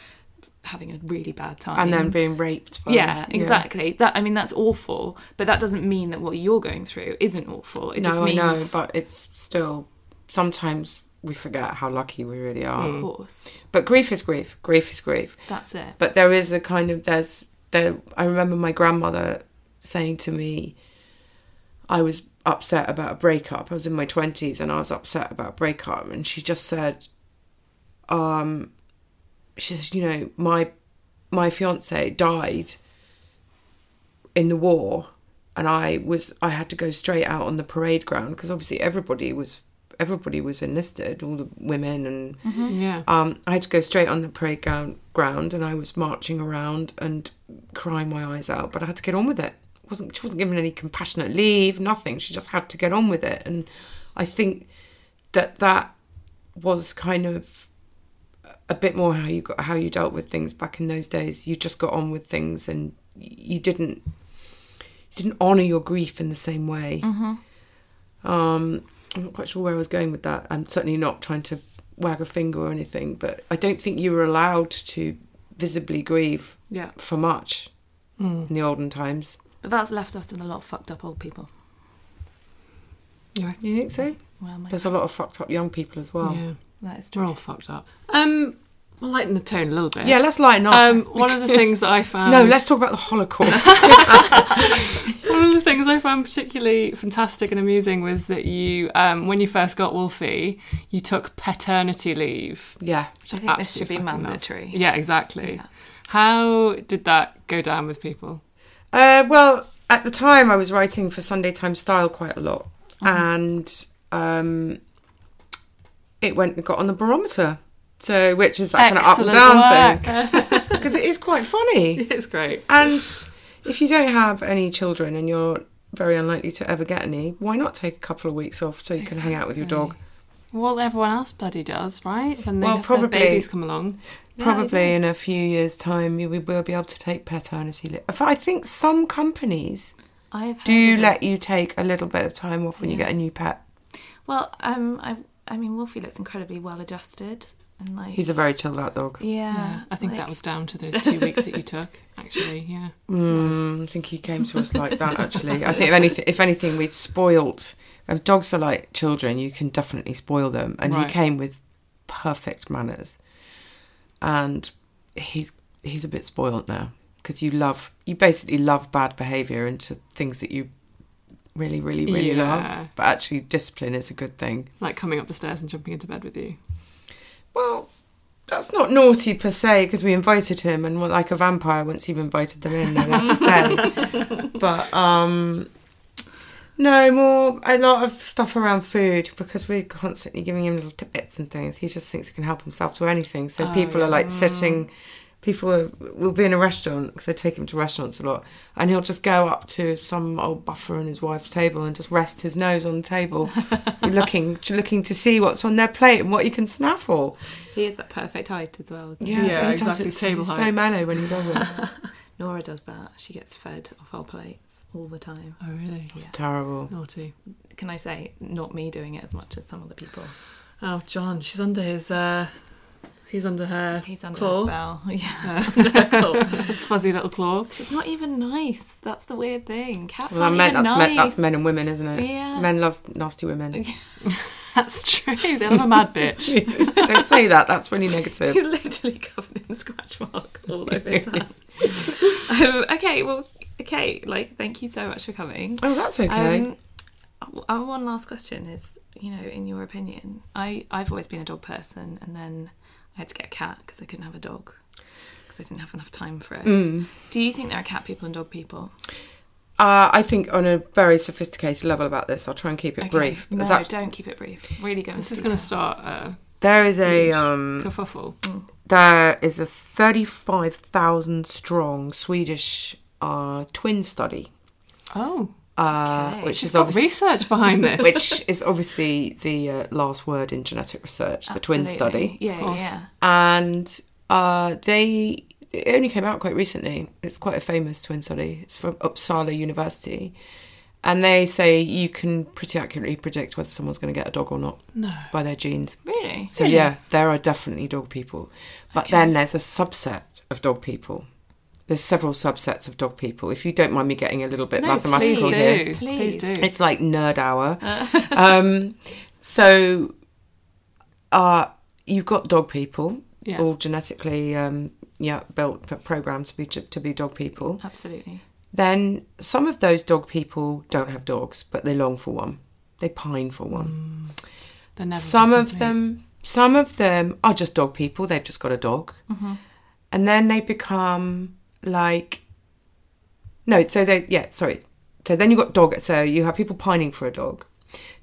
Speaker 3: having a really bad time,
Speaker 4: And then being raped. By,
Speaker 3: yeah, exactly. That I mean that's awful, but that doesn't mean that what you're going through isn't awful. It
Speaker 4: No,
Speaker 3: just means,
Speaker 4: I know, but it's still sometimes we forget how lucky we
Speaker 3: Mm.
Speaker 4: really are.
Speaker 3: of course,
Speaker 4: But grief is grief. Grief is grief.
Speaker 3: that's it.
Speaker 4: But there is a kind of there's there, I remember my grandmother saying to me, I was upset about a breakup. I was in my 20s and I was upset about a breakup. And she just said, um, she said, you know, my, my fiance died in the war and I was, I had to go straight out on the parade ground because obviously everybody was, everybody was enlisted, all the women and
Speaker 2: Yeah.
Speaker 4: um, I had to go straight on the parade ground, ground and I was marching around and crying my eyes out, but I had to get on with it. wasn't She wasn't given any compassionate leave, nothing. She just had to get on with it. And I think that that was kind of a bit more how you got how you dealt with things back in those days. You just got on with things and you didn't you didn't honor your grief in the same way. Um, I'm not quite sure where I was going with that. I'm certainly not trying to wag a finger or anything, but I don't think you were allowed to visibly grieve
Speaker 2: Yeah.
Speaker 4: for much
Speaker 2: Hmm.
Speaker 4: in the olden times.
Speaker 3: But that's left us with a lot of fucked up old people.
Speaker 2: Yeah.
Speaker 4: You think so?
Speaker 3: Well, my,
Speaker 4: There's a lot of fucked up young people as well. Yeah,
Speaker 2: Yeah.
Speaker 3: that is true.
Speaker 2: We're all fucked up. Um, we'll lighten the tone a little bit.
Speaker 4: let's lighten up.
Speaker 2: Um, one of the things that I found.
Speaker 4: no, let's talk about the Holocaust.
Speaker 2: One of the things I found particularly fantastic and amusing was that you, um, when you first got Wolfie, you took paternity leave.
Speaker 4: yeah.
Speaker 3: I think this should
Speaker 2: Absolutely
Speaker 3: be
Speaker 2: fucking love.
Speaker 3: mandatory.
Speaker 2: Yeah, exactly. How did that go down with people?
Speaker 4: Uh, well, at the time, I was writing for Sunday Times Style quite a lot, and um, it went and got on the barometer. So, which is that kind of up and down thing, because it is quite funny.
Speaker 2: It's great.
Speaker 4: And if you don't have any children and you're very unlikely to ever get any, why not take a couple of weeks off so you can hang out with your dog?
Speaker 2: Well, everyone else bloody does, right? When they
Speaker 4: Well,
Speaker 2: have their
Speaker 4: probably.
Speaker 2: babies come along.
Speaker 4: Probably in a few years' time, you we will be able to take paternity leave. I think some companies
Speaker 3: I have
Speaker 4: do
Speaker 3: heard of it.
Speaker 4: let you take a little bit of time off when you get a new pet.
Speaker 3: Well, um, I, I mean, Wolfie looks incredibly well adjusted and like.
Speaker 4: He's a very chilled out dog.
Speaker 3: yeah,
Speaker 2: Yeah, I think
Speaker 3: Uh, like-
Speaker 2: that was down to those two weeks that you took, actually. Yeah.
Speaker 4: Mm, I think he came to us like that. Actually, I think if anything, if anything, we'd spoilt. If dogs are like children, you can definitely spoil them, and
Speaker 2: Right.
Speaker 4: he came with perfect manners. And he's he's a bit spoiled now because you love you basically love bad behaviour into things that you really really really
Speaker 2: Yeah.
Speaker 4: love. But actually, discipline is a good thing.
Speaker 2: Like coming up the stairs and jumping into bed with you.
Speaker 4: Well, that's not naughty per se because we invited him, and well, like a vampire, once you've invited them in, they have to stay. but um, no more a lot of stuff around food because we're constantly giving him little tidbits and things. He just thinks he can help himself to anything. So people are like sitting. People are, will be in a restaurant because I take him to restaurants a lot, and he'll just go up to some old buffer and his wife's table and just rest his nose on the table, looking looking to see what's on their plate and what he can snaffle.
Speaker 3: He is that perfect height as well. Isn't
Speaker 4: Yeah,
Speaker 3: he?
Speaker 2: Yeah,
Speaker 4: he does
Speaker 2: exactly,
Speaker 4: it so-
Speaker 2: table
Speaker 4: he's So
Speaker 2: height.
Speaker 4: mellow when he does it.
Speaker 3: Nora does that. She gets fed off our plates all the time.
Speaker 2: Oh, really?
Speaker 4: It's terrible.
Speaker 2: Naughty.
Speaker 3: Can I say, not me doing it as much as some other people.
Speaker 2: Oh, John, she's under his. uh He's under her.
Speaker 3: He's under
Speaker 2: claw.
Speaker 3: a spell. Yeah, under a claw.
Speaker 2: fuzzy little claw.
Speaker 3: It's just not even nice. That's the weird thing. Cats
Speaker 4: Well, I
Speaker 3: aren't
Speaker 4: meant
Speaker 3: even
Speaker 4: that's,
Speaker 3: nice.
Speaker 4: men, that's men and women, isn't it?
Speaker 3: Yeah.
Speaker 4: Men love nasty women.
Speaker 2: That's true. They love a mad bitch.
Speaker 4: Don't say that. That's really negative.
Speaker 3: He's literally covered in scratch marks all over his hands. um, okay, well, okay, like, thank you so much for coming.
Speaker 4: Oh, that's okay.
Speaker 3: Um, w- uh, one last question is, you know, in your opinion, I I've always been a dog person, and then I had to get a cat because I couldn't have a dog because I didn't have enough time for it.
Speaker 4: Mm.
Speaker 3: Do you think there are cat people and dog people?
Speaker 4: uh, I think on a very sophisticated level about this, I'll try and keep it
Speaker 3: Okay,
Speaker 4: brief.
Speaker 3: No,
Speaker 4: There's act-
Speaker 3: don't keep it brief. Really go.
Speaker 2: This is going to start a
Speaker 4: there is a um,
Speaker 2: kerfuffle.
Speaker 3: Mm.
Speaker 4: there is a thirty-five thousand strong Swedish uh, twin study,
Speaker 2: Oh,
Speaker 4: uh,
Speaker 3: Okay.
Speaker 4: which
Speaker 2: she's
Speaker 4: is
Speaker 2: got
Speaker 4: obviously
Speaker 2: research behind this.
Speaker 4: which is obviously the uh, last word in genetic research, the twin study.
Speaker 3: Yeah,
Speaker 2: course.
Speaker 3: yeah.
Speaker 4: and uh, they it only came out quite recently. It's quite a famous twin study. It's from Uppsala University, and they say you can pretty accurately predict whether someone's going to get a dog or not by their genes.
Speaker 3: Really?
Speaker 4: So yeah, there are definitely dog people, but then there's a subset of dog people. There's several subsets of dog people. If you don't mind me getting a little bit
Speaker 2: Please
Speaker 4: mathematical
Speaker 2: do.
Speaker 4: here,
Speaker 2: Please do.
Speaker 4: it's like nerd hour. um, so, uh, you've got dog people,
Speaker 2: Yeah.
Speaker 4: all genetically um, yeah, built for programmed to be to be dog people.
Speaker 3: Absolutely.
Speaker 4: then some of those dog people don't have dogs, but they long for one. They pine for one.
Speaker 2: They're never
Speaker 4: Some
Speaker 2: gonna
Speaker 4: of
Speaker 2: complete.
Speaker 4: them, some of them are just dog people. They've just got a dog,
Speaker 2: Mm-hmm.
Speaker 4: and then they become like no. So they yeah, sorry. So then you got dog. So you have people pining for a dog.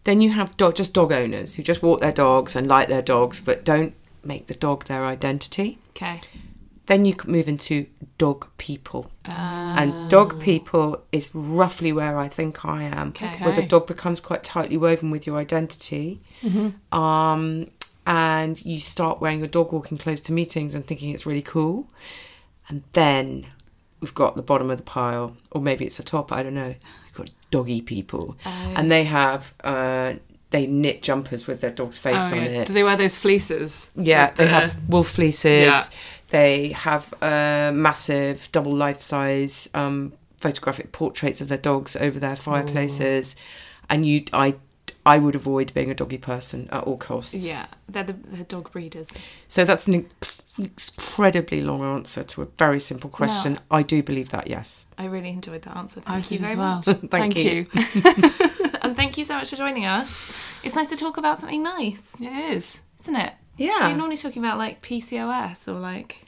Speaker 4: Then you have dog, just dog owners who just walk their dogs and like their dogs, but don't make the dog their identity
Speaker 3: Okay.
Speaker 4: then you could move into dog people.
Speaker 2: Oh.
Speaker 4: And dog people is roughly where I think I am, where the
Speaker 2: Okay.
Speaker 4: dog becomes quite tightly woven with your identity.
Speaker 2: Mm-hmm.
Speaker 4: Um, and you start wearing your dog walking clothes to meetings and thinking it's really cool. And then we've got the bottom of the pile, or maybe it's the top, I don't know. We've got doggy people.
Speaker 2: Oh.
Speaker 4: And they have, uh, they knit jumpers with their dog's face
Speaker 2: Oh,
Speaker 4: on
Speaker 2: yeah.
Speaker 4: it.
Speaker 2: Do they wear those fleeces?
Speaker 4: Yeah,
Speaker 2: With
Speaker 4: they
Speaker 2: the-
Speaker 4: have wolf fleeces.
Speaker 2: Yeah.
Speaker 4: They have uh, massive double life size um, photographic portraits of their dogs over their fireplaces, and you, I, I would avoid being a doggy person at all costs.
Speaker 3: Yeah, they're the they're dog breeders.
Speaker 4: So that's an inc- incredibly long answer to a very simple question. I do believe that. Yes.
Speaker 3: I really enjoyed that answer.
Speaker 2: I
Speaker 3: Thank you
Speaker 2: did
Speaker 3: very
Speaker 2: as well.
Speaker 3: much.
Speaker 2: Thank,
Speaker 4: you.
Speaker 2: you.
Speaker 3: And thank you so much for joining us. It's nice to talk about something nice,
Speaker 2: it is.
Speaker 3: isn't it?
Speaker 4: Yeah.
Speaker 3: We're normally talking about like PCOS or like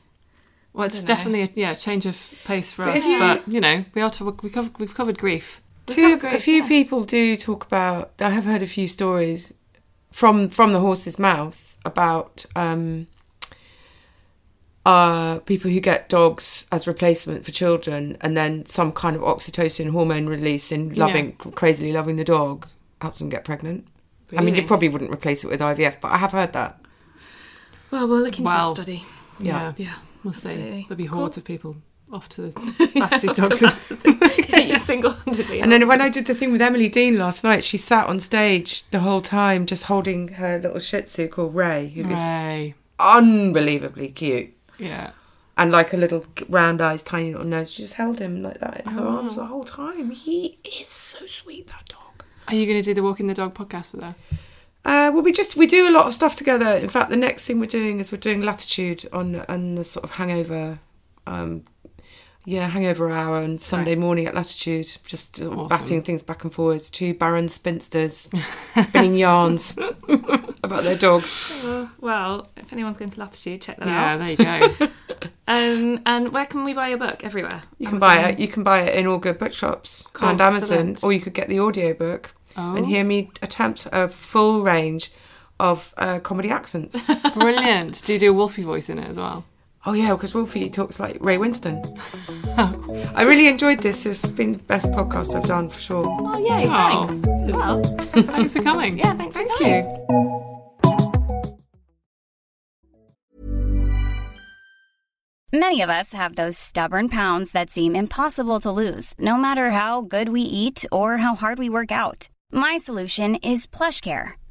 Speaker 2: Well, it's
Speaker 3: don't know.
Speaker 2: definitely a, yeah a change of pace for
Speaker 4: But if
Speaker 2: us,
Speaker 4: you-
Speaker 2: but you know we are talk- we covered, we've covered grief.
Speaker 4: Two,
Speaker 3: Recovery,
Speaker 4: a few
Speaker 3: yeah.
Speaker 4: people do talk about. I have heard a few stories from from the horse's mouth about um, uh, people who get dogs as replacement for children, and then some kind of oxytocin hormone release in loving crazily loving the dog helps them get pregnant. I mean, you
Speaker 3: Really?
Speaker 4: probably wouldn't replace it with IVF, but I have heard that.
Speaker 3: Well, we'll look into
Speaker 2: Well,
Speaker 3: that study.
Speaker 4: Yeah.
Speaker 3: Yeah.
Speaker 2: we'll see.
Speaker 3: absolutely.
Speaker 2: There'll be
Speaker 3: Cool.
Speaker 2: hordes of people off to the Battersea dogs.
Speaker 3: yeah, you single handedly.
Speaker 4: And then when I did the thing with Emily Dean last night, she sat on stage the whole time just holding her little Shih Tzu called Ray, who is
Speaker 2: Hooray.
Speaker 4: unbelievably cute.
Speaker 2: Yeah.
Speaker 4: and like a little round eyes, tiny little nose. She just held him like that in her arms the whole time. He is so sweet, that dog.
Speaker 2: Are you going to do the Walking the Dog podcast with her?
Speaker 4: Uh, well, we just we do a lot of stuff together. In fact, the next thing we're doing is we're doing Latitude on on the sort of hangover, um, yeah, hangover hour on Sunday morning at Latitude. Just sort of
Speaker 2: Awesome.
Speaker 4: batting things back and forwards. Two barren spinsters spinning yarns about their dogs.
Speaker 3: Oh, well, if anyone's going to Latitude, check that
Speaker 2: Yeah,
Speaker 3: out.
Speaker 2: there you go.
Speaker 3: Um, and where can we buy your book? Everywhere.
Speaker 4: You can buy it. You can buy it in all good bookshops and Amazon,
Speaker 2: Oh, Excellent.
Speaker 4: or you could get the audiobook.
Speaker 2: Oh,
Speaker 4: and hear me attempt a full range of uh, comedy accents.
Speaker 2: brilliant! Do you do a Wolfie voice in it as well?
Speaker 4: oh yeah, because Wolfie talks like Ray Winston. I really enjoyed this. It's been the best podcast I've done for sure.
Speaker 3: Oh, yay.
Speaker 2: Oh.
Speaker 3: Thanks. Well,
Speaker 2: Thanks for coming.
Speaker 3: yeah, thanks for
Speaker 2: Oh,
Speaker 4: Thank
Speaker 3: coming.
Speaker 4: you.
Speaker 5: Many of us have those stubborn pounds that seem impossible to lose, no matter how good we eat or how hard we work out. My solution is PlushCare.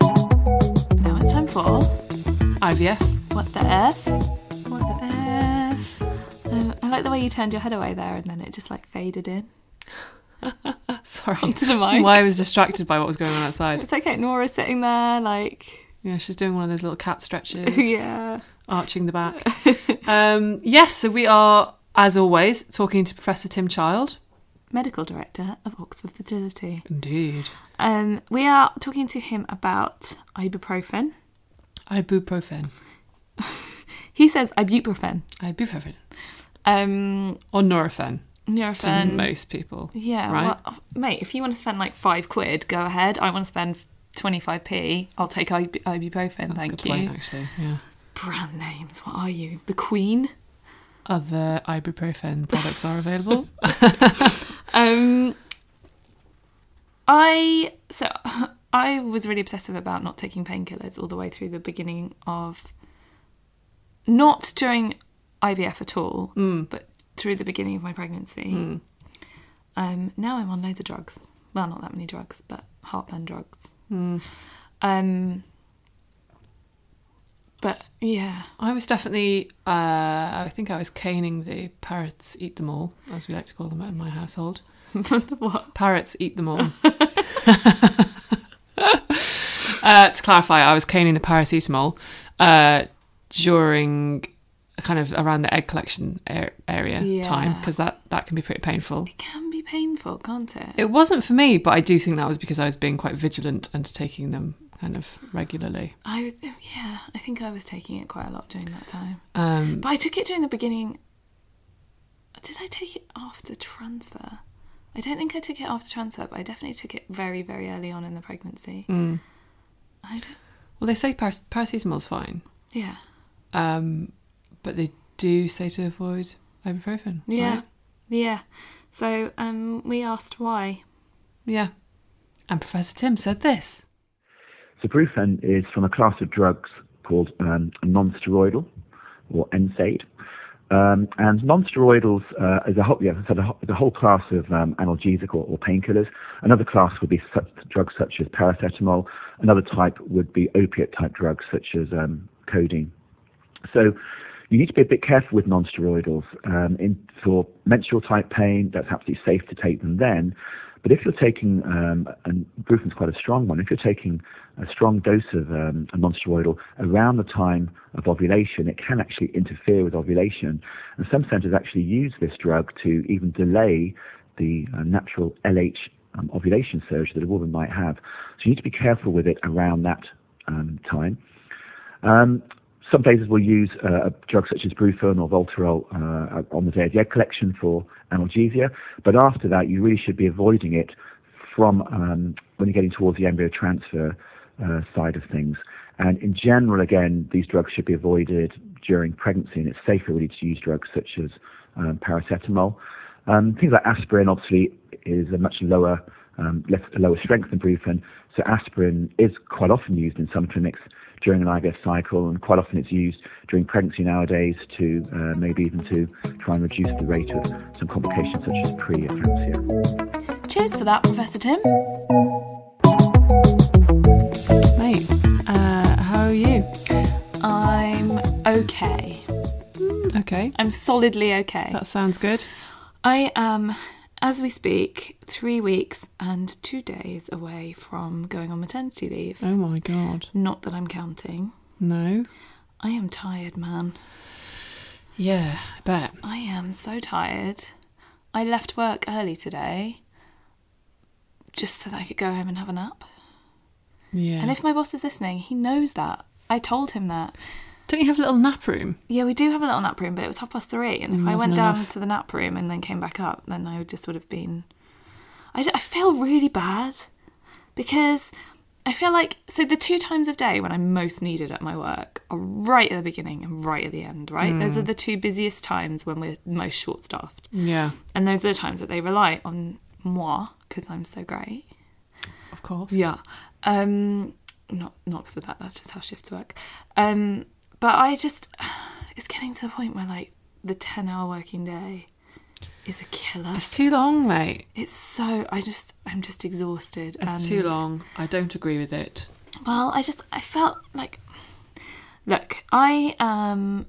Speaker 3: Now it's time for
Speaker 2: IVF.
Speaker 3: What the F? Uh, What the F? Um, I like the way you turned your head away there and then it just like faded in.
Speaker 2: Sorry.
Speaker 3: Onto the
Speaker 2: I don't know
Speaker 3: mic.
Speaker 2: Why I was distracted by what was going on outside.
Speaker 3: It's okay. Nora's sitting there, like,
Speaker 2: Yeah, she's doing one of those little cat stretches.
Speaker 3: yeah.
Speaker 2: Arching the back. um, yes, so we are, as always, talking to Professor Tim Child.
Speaker 3: Medical director of Oxford Fertility.
Speaker 2: Indeed.
Speaker 3: Um, we are talking to him about ibuprofen.
Speaker 2: Ibuprofen.
Speaker 3: He says ibuprofen.
Speaker 2: Ibuprofen.
Speaker 3: Um,
Speaker 2: Or Nurofen to
Speaker 3: Nurofen.
Speaker 2: most people.
Speaker 3: Yeah,
Speaker 2: Right?
Speaker 3: well, uh, mate, if you want to spend like five quid, go ahead. I want to spend 25p. I'll take Ib- ibuprofen,
Speaker 2: That's
Speaker 3: thank
Speaker 2: a good
Speaker 3: you.
Speaker 2: point, actually. Yeah.
Speaker 3: Brand names, what are you? The Queen?
Speaker 2: Other ibuprofen products are available.
Speaker 3: Um, I so I was really obsessive about not taking painkillers all the way through the beginning of not during IVF at all, but through the beginning of my pregnancy. Um, now I'm on loads of drugs. Well, not that many drugs, but heartburn drugs. Um, but yeah,
Speaker 2: I was definitely, uh, I think I was caning the parrots eat them all, as we like to call them in my household. what? Parrots eat them all. uh, to clarify, I was caning the paracetamol uh, during kind of around the egg collection ar- area time
Speaker 3: Yeah.
Speaker 2: because that, that can be pretty painful.
Speaker 3: it can be painful, can't it?
Speaker 2: It wasn't for me, but I do think that was because I was being quite vigilant and taking them kind of regularly.
Speaker 3: I was, yeah, I think I was taking it quite a lot during that time.
Speaker 2: Um,
Speaker 3: But I took it during the beginning. Did I take it after transfer? I don't think I took it after transfer, but I definitely took it very, very early on in the pregnancy.
Speaker 2: Mm.
Speaker 3: I don't.
Speaker 2: well, they say paras- paracetamol's fine.
Speaker 3: Yeah.
Speaker 2: Um, but they do say to avoid ibuprofen.
Speaker 3: Yeah.
Speaker 2: right?
Speaker 3: Yeah. So um, we asked why.
Speaker 2: Yeah. And Professor Tim said this.
Speaker 6: Saprufen is from a class of drugs called um, non-steroidal, or NSAID. Um, and non-steroidals uh, is a whole, yeah, so the, whole- the whole class of um, analgesic or, or painkillers. Another class would be such, drugs such as paracetamol. Another type would be opiate-type drugs such as um, codeine. So you need to be a bit careful with non-steroidals. Um, in, for menstrual type pain, that's absolutely safe to take them then. But if you're taking, um, and ibuprofen's quite a strong one, if you're taking a strong dose of um, a non-steroidal around the time of ovulation, it can actually interfere with ovulation. And some centres actually use this drug to even delay the uh, natural LH um, ovulation surge that a woman might have. So you need to be careful with it around that um, time. Um, some places will use uh, drugs such as Brufen or Voltarol uh, on the day of the egg collection for analgesia, but after that, you really should be avoiding it from um, when you're getting towards the embryo transfer uh, side of things. And in general, again, these drugs should be avoided during pregnancy, and it's safer really to use drugs such as um, paracetamol. Um, things like aspirin, obviously, is a much lower, um, less, lower strength than Brufen. So aspirin is quite often used in some clinics during an IVF cycle, and quite often it's used during pregnancy nowadays to uh, maybe even to try and reduce the rate of some complications such as preeclampsia.
Speaker 3: Cheers for that, Professor Tim.
Speaker 2: Mate, uh, how are you?
Speaker 3: I'm okay.
Speaker 2: Okay.
Speaker 3: I'm solidly okay.
Speaker 2: That sounds good.
Speaker 3: I am, as we speak, three weeks and two days away from going on maternity leave.
Speaker 2: Oh my God.
Speaker 3: Not that I'm counting.
Speaker 2: No.
Speaker 3: I am tired, man.
Speaker 2: Yeah, I bet.
Speaker 3: I am so tired. I left work early today just so that I could go home and have a nap.
Speaker 2: Yeah.
Speaker 3: And if my boss is listening, he knows that. I told him that.
Speaker 2: Don't you have a little nap room?
Speaker 3: Yeah, we do have a little nap room, but it was half past three. And if I
Speaker 2: Wasn't
Speaker 3: went down
Speaker 2: enough.
Speaker 3: to the nap room and then came back up, then I would just would have been. I, d- I feel really bad because I feel like. So the two times of day when I'm most needed at my work are right at the beginning and right at the end, right? Those are the two busiest times when we're most short staffed.
Speaker 2: Yeah,
Speaker 3: And those are the times that they rely on moi because I'm so great.
Speaker 2: of course.
Speaker 3: Yeah. Um not not because of that, that's just how shifts work. Um but I just it's getting to a point where like the 10 hour working day is a killer.
Speaker 2: It's too long, mate.
Speaker 3: It's so I just I'm just exhausted
Speaker 2: It's
Speaker 3: and
Speaker 2: too long. I don't agree with it.
Speaker 3: well, I just I felt like look, I um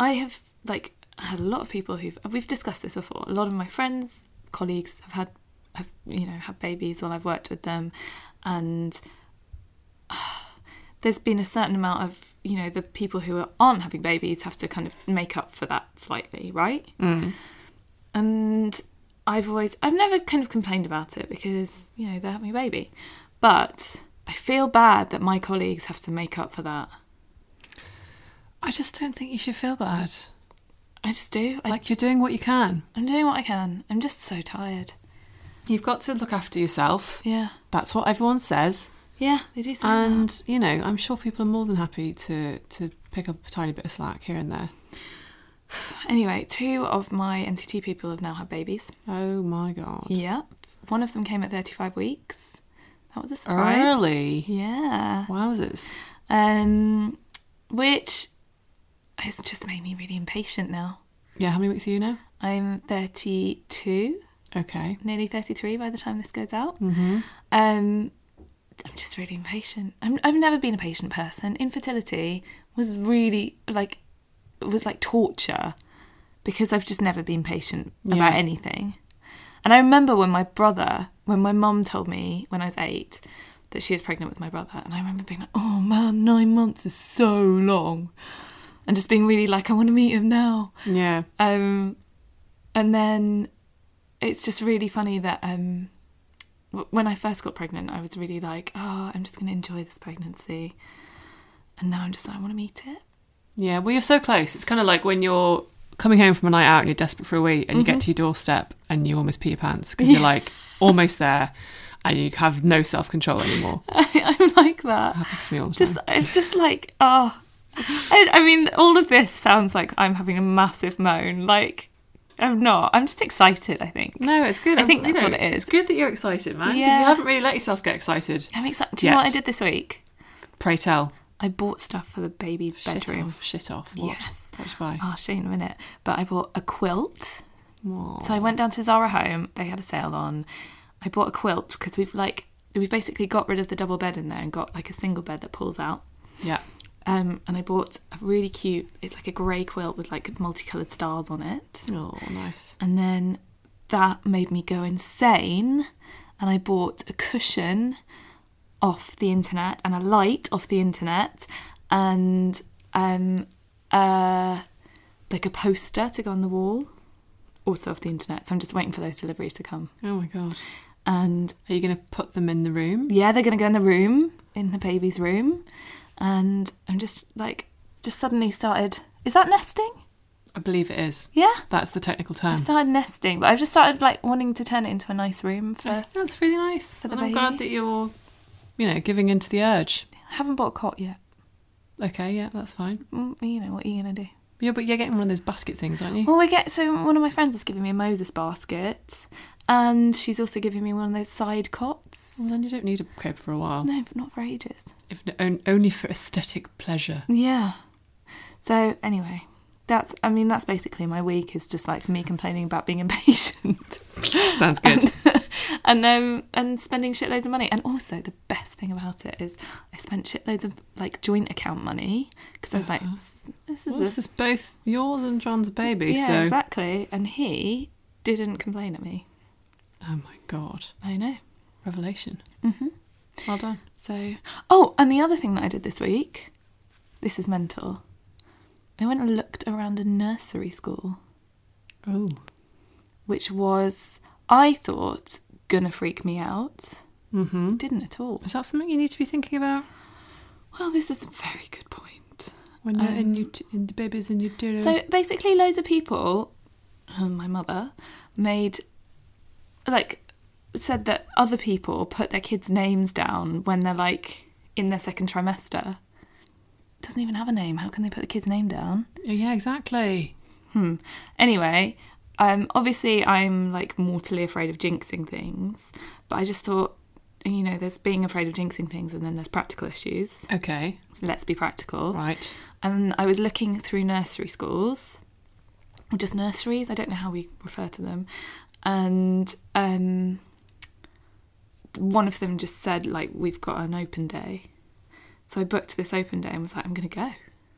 Speaker 3: I have like had a lot of people who've we've discussed this before. A lot of my friends colleagues have had have you know had babies while I've worked with them, and there's been a certain amount of you know the people who are- aren't having babies have to kind of make up for that slightly, right? And I've always I've never kind of complained about it because you know they're having a baby, but I feel bad that my colleagues have to make up for that.
Speaker 2: I just don't think you should feel bad.
Speaker 3: I just do. I,
Speaker 2: Like you're doing what you can.
Speaker 3: I'm doing what I can. I'm just so tired.
Speaker 2: You've got to look after yourself.
Speaker 3: Yeah.
Speaker 2: That's what everyone says.
Speaker 3: Yeah, they do say that.
Speaker 2: And, you know, I'm sure people are more than happy to, to pick up a tiny bit of slack here and there.
Speaker 3: Anyway, two of my NCT people have now had babies.
Speaker 2: Oh my God.
Speaker 3: Yep. One of them came at 35 weeks. That was a surprise.
Speaker 2: Early.
Speaker 3: Yeah.
Speaker 2: Wowzers.
Speaker 3: Um, which has just made me really impatient now.
Speaker 2: Yeah, how many weeks are you now?
Speaker 3: I'm 32,
Speaker 2: Okay.
Speaker 3: nearly 33 by the time this goes out. Mm-hmm. Um, I'm just really impatient. I'm, I've never been a patient person. Infertility was really like it was like torture because I've just never been patient about anything. And I remember when my brother, when my mum told me when I was eight that she was pregnant with my brother, and I remember being like, "Oh man, nine months is so long," and just being really like, "I want to meet him now."
Speaker 2: Yeah.
Speaker 3: Um, and then it's just really funny that um, w- when I first got pregnant, I was really like, oh, I'm just going to enjoy this pregnancy. And now I'm just like, I want to meet it.
Speaker 2: Yeah, well, you're so close. It's kind of like when you're coming home from a night out and you're desperate for a wee, and you
Speaker 3: Mm-hmm.
Speaker 2: get to your doorstep and you almost pee your pants because you're like almost there, and you have no self control anymore.
Speaker 3: I'm like that.
Speaker 2: Happens to me all the time.
Speaker 3: Just, it's just like, oh. I, I mean, all of this sounds like I'm having a massive moan. Like, I'm not. I'm just excited, I think.
Speaker 2: no, it's good.
Speaker 3: I think
Speaker 2: I'm- you
Speaker 3: that's
Speaker 2: know,
Speaker 3: what it is.
Speaker 2: It's good that you're excited, man. 'cause
Speaker 3: Yeah.
Speaker 2: you haven't really let yourself get excited.
Speaker 3: I'm excited. Do you know
Speaker 2: Yet.
Speaker 3: what I did this week?
Speaker 2: Pray tell.
Speaker 3: I bought stuff for the baby's bedroom.
Speaker 2: Shit off. Oh. Shit off. What?
Speaker 3: Yes.
Speaker 2: What did you buy?
Speaker 3: I'll show you in Oh, a minute. But I bought a quilt.
Speaker 2: Aw.
Speaker 3: So I went down to Zara Home. They had a sale on. I bought a quilt because we've like we've basically got rid of the double bed in there and got like a single bed that pulls out.
Speaker 2: Yeah.
Speaker 3: Um, and I bought a really cute. It's like a grey quilt with like multicolored stars on it.
Speaker 2: Oh, nice.
Speaker 3: And then that made me go insane. And I bought a cushion off the internet and a light off the internet and um uh like a poster to go on the wall. Also off the internet. So I'm just waiting for those deliveries to come.
Speaker 2: Oh my god.
Speaker 3: And
Speaker 2: Are you going to put them in the room?
Speaker 3: yeah, they're gonna go in the room, in the baby's room. And I'm just like just suddenly started is that nesting?
Speaker 2: I believe it is.
Speaker 3: Yeah.
Speaker 2: That's the technical term.
Speaker 3: I started nesting, but I've just started like wanting to turn it into a nice room for
Speaker 2: I think that's really nice.
Speaker 3: the
Speaker 2: and I'm glad
Speaker 3: baby.
Speaker 2: that you're, you know, giving into the urge.
Speaker 3: haven't bought a cot yet.
Speaker 2: Okay, yeah, that's fine.
Speaker 3: Mm, you know what are you gonna do?
Speaker 2: Yeah, but you're getting one of those basket things, aren't you?
Speaker 3: Well, we get so one of my friends is giving me a Moses basket, and she's also giving me one of those side cots.
Speaker 2: Well, then you don't need a crib for a while,
Speaker 3: No, not for ages.
Speaker 2: if on- only for aesthetic pleasure.
Speaker 3: Yeah. So anyway, that's I mean that's basically my week is just like me complaining about being impatient
Speaker 2: Sounds good.
Speaker 3: and um and spending shitloads of money. And also the best thing about it is I spent shitloads of like joint account money because I was like this is
Speaker 2: Uh-huh. well,
Speaker 3: a-
Speaker 2: this is both yours and John's baby,
Speaker 3: yeah
Speaker 2: so
Speaker 3: exactly, and he didn't complain at me.
Speaker 2: oh my god,
Speaker 3: I know.
Speaker 2: revelation. Mm-hmm. Well done.
Speaker 3: So, oh, and the other thing that I did this week, this is mental. I went and looked around a nursery school,
Speaker 2: Oh,
Speaker 3: which was, I thought, gonna freak me out. Mm-hmm. Didn't at all.
Speaker 2: is that something you need to be thinking about
Speaker 3: Well, this is a very good point.
Speaker 2: when you're in, your t- in the babies and your doing?
Speaker 3: So basically, loads of people, um, my mother, made like said that other people put their kids' names down when they're like in their second trimester. Doesn't even have a name. How can they put the kid's name down?
Speaker 2: yeah, exactly.
Speaker 3: Anyway, um, obviously I'm like mortally afraid of jinxing things, but I just thought, you know, there's being afraid of jinxing things, and then there's practical issues.
Speaker 2: Okay,
Speaker 3: So let's be practical.
Speaker 2: right.
Speaker 3: And I was looking through nursery schools, or just nurseries. I don't know how we refer to them, and um, one of them just said like we've got an open day, so I booked this open day and was like I'm gonna go, I'm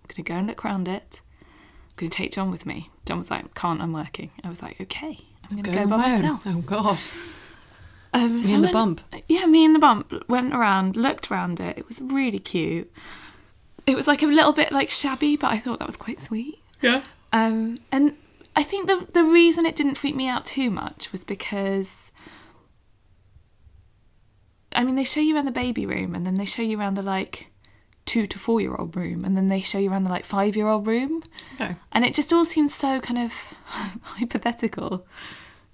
Speaker 3: gonna go and look round it, I'm gonna take John with me. John was like can't, I'm working. I was like okay, I'm I'm going to go by
Speaker 2: on my own.
Speaker 3: myself.
Speaker 2: Oh God,
Speaker 3: Um,
Speaker 2: me and the
Speaker 3: someone-
Speaker 2: bump.
Speaker 3: Yeah, me and the bump went around, looked around it. It was really cute. It was like a little bit like shabby, but I thought that was quite sweet.
Speaker 2: Yeah.
Speaker 3: Um, and I think the the reason it didn't freak me out too much was because, I mean, they show you around the baby room, and then they show you around the like two to four year old room, and then they show you around the like five year old room,
Speaker 2: Okay.
Speaker 3: and it just all seems so kind of hypothetical,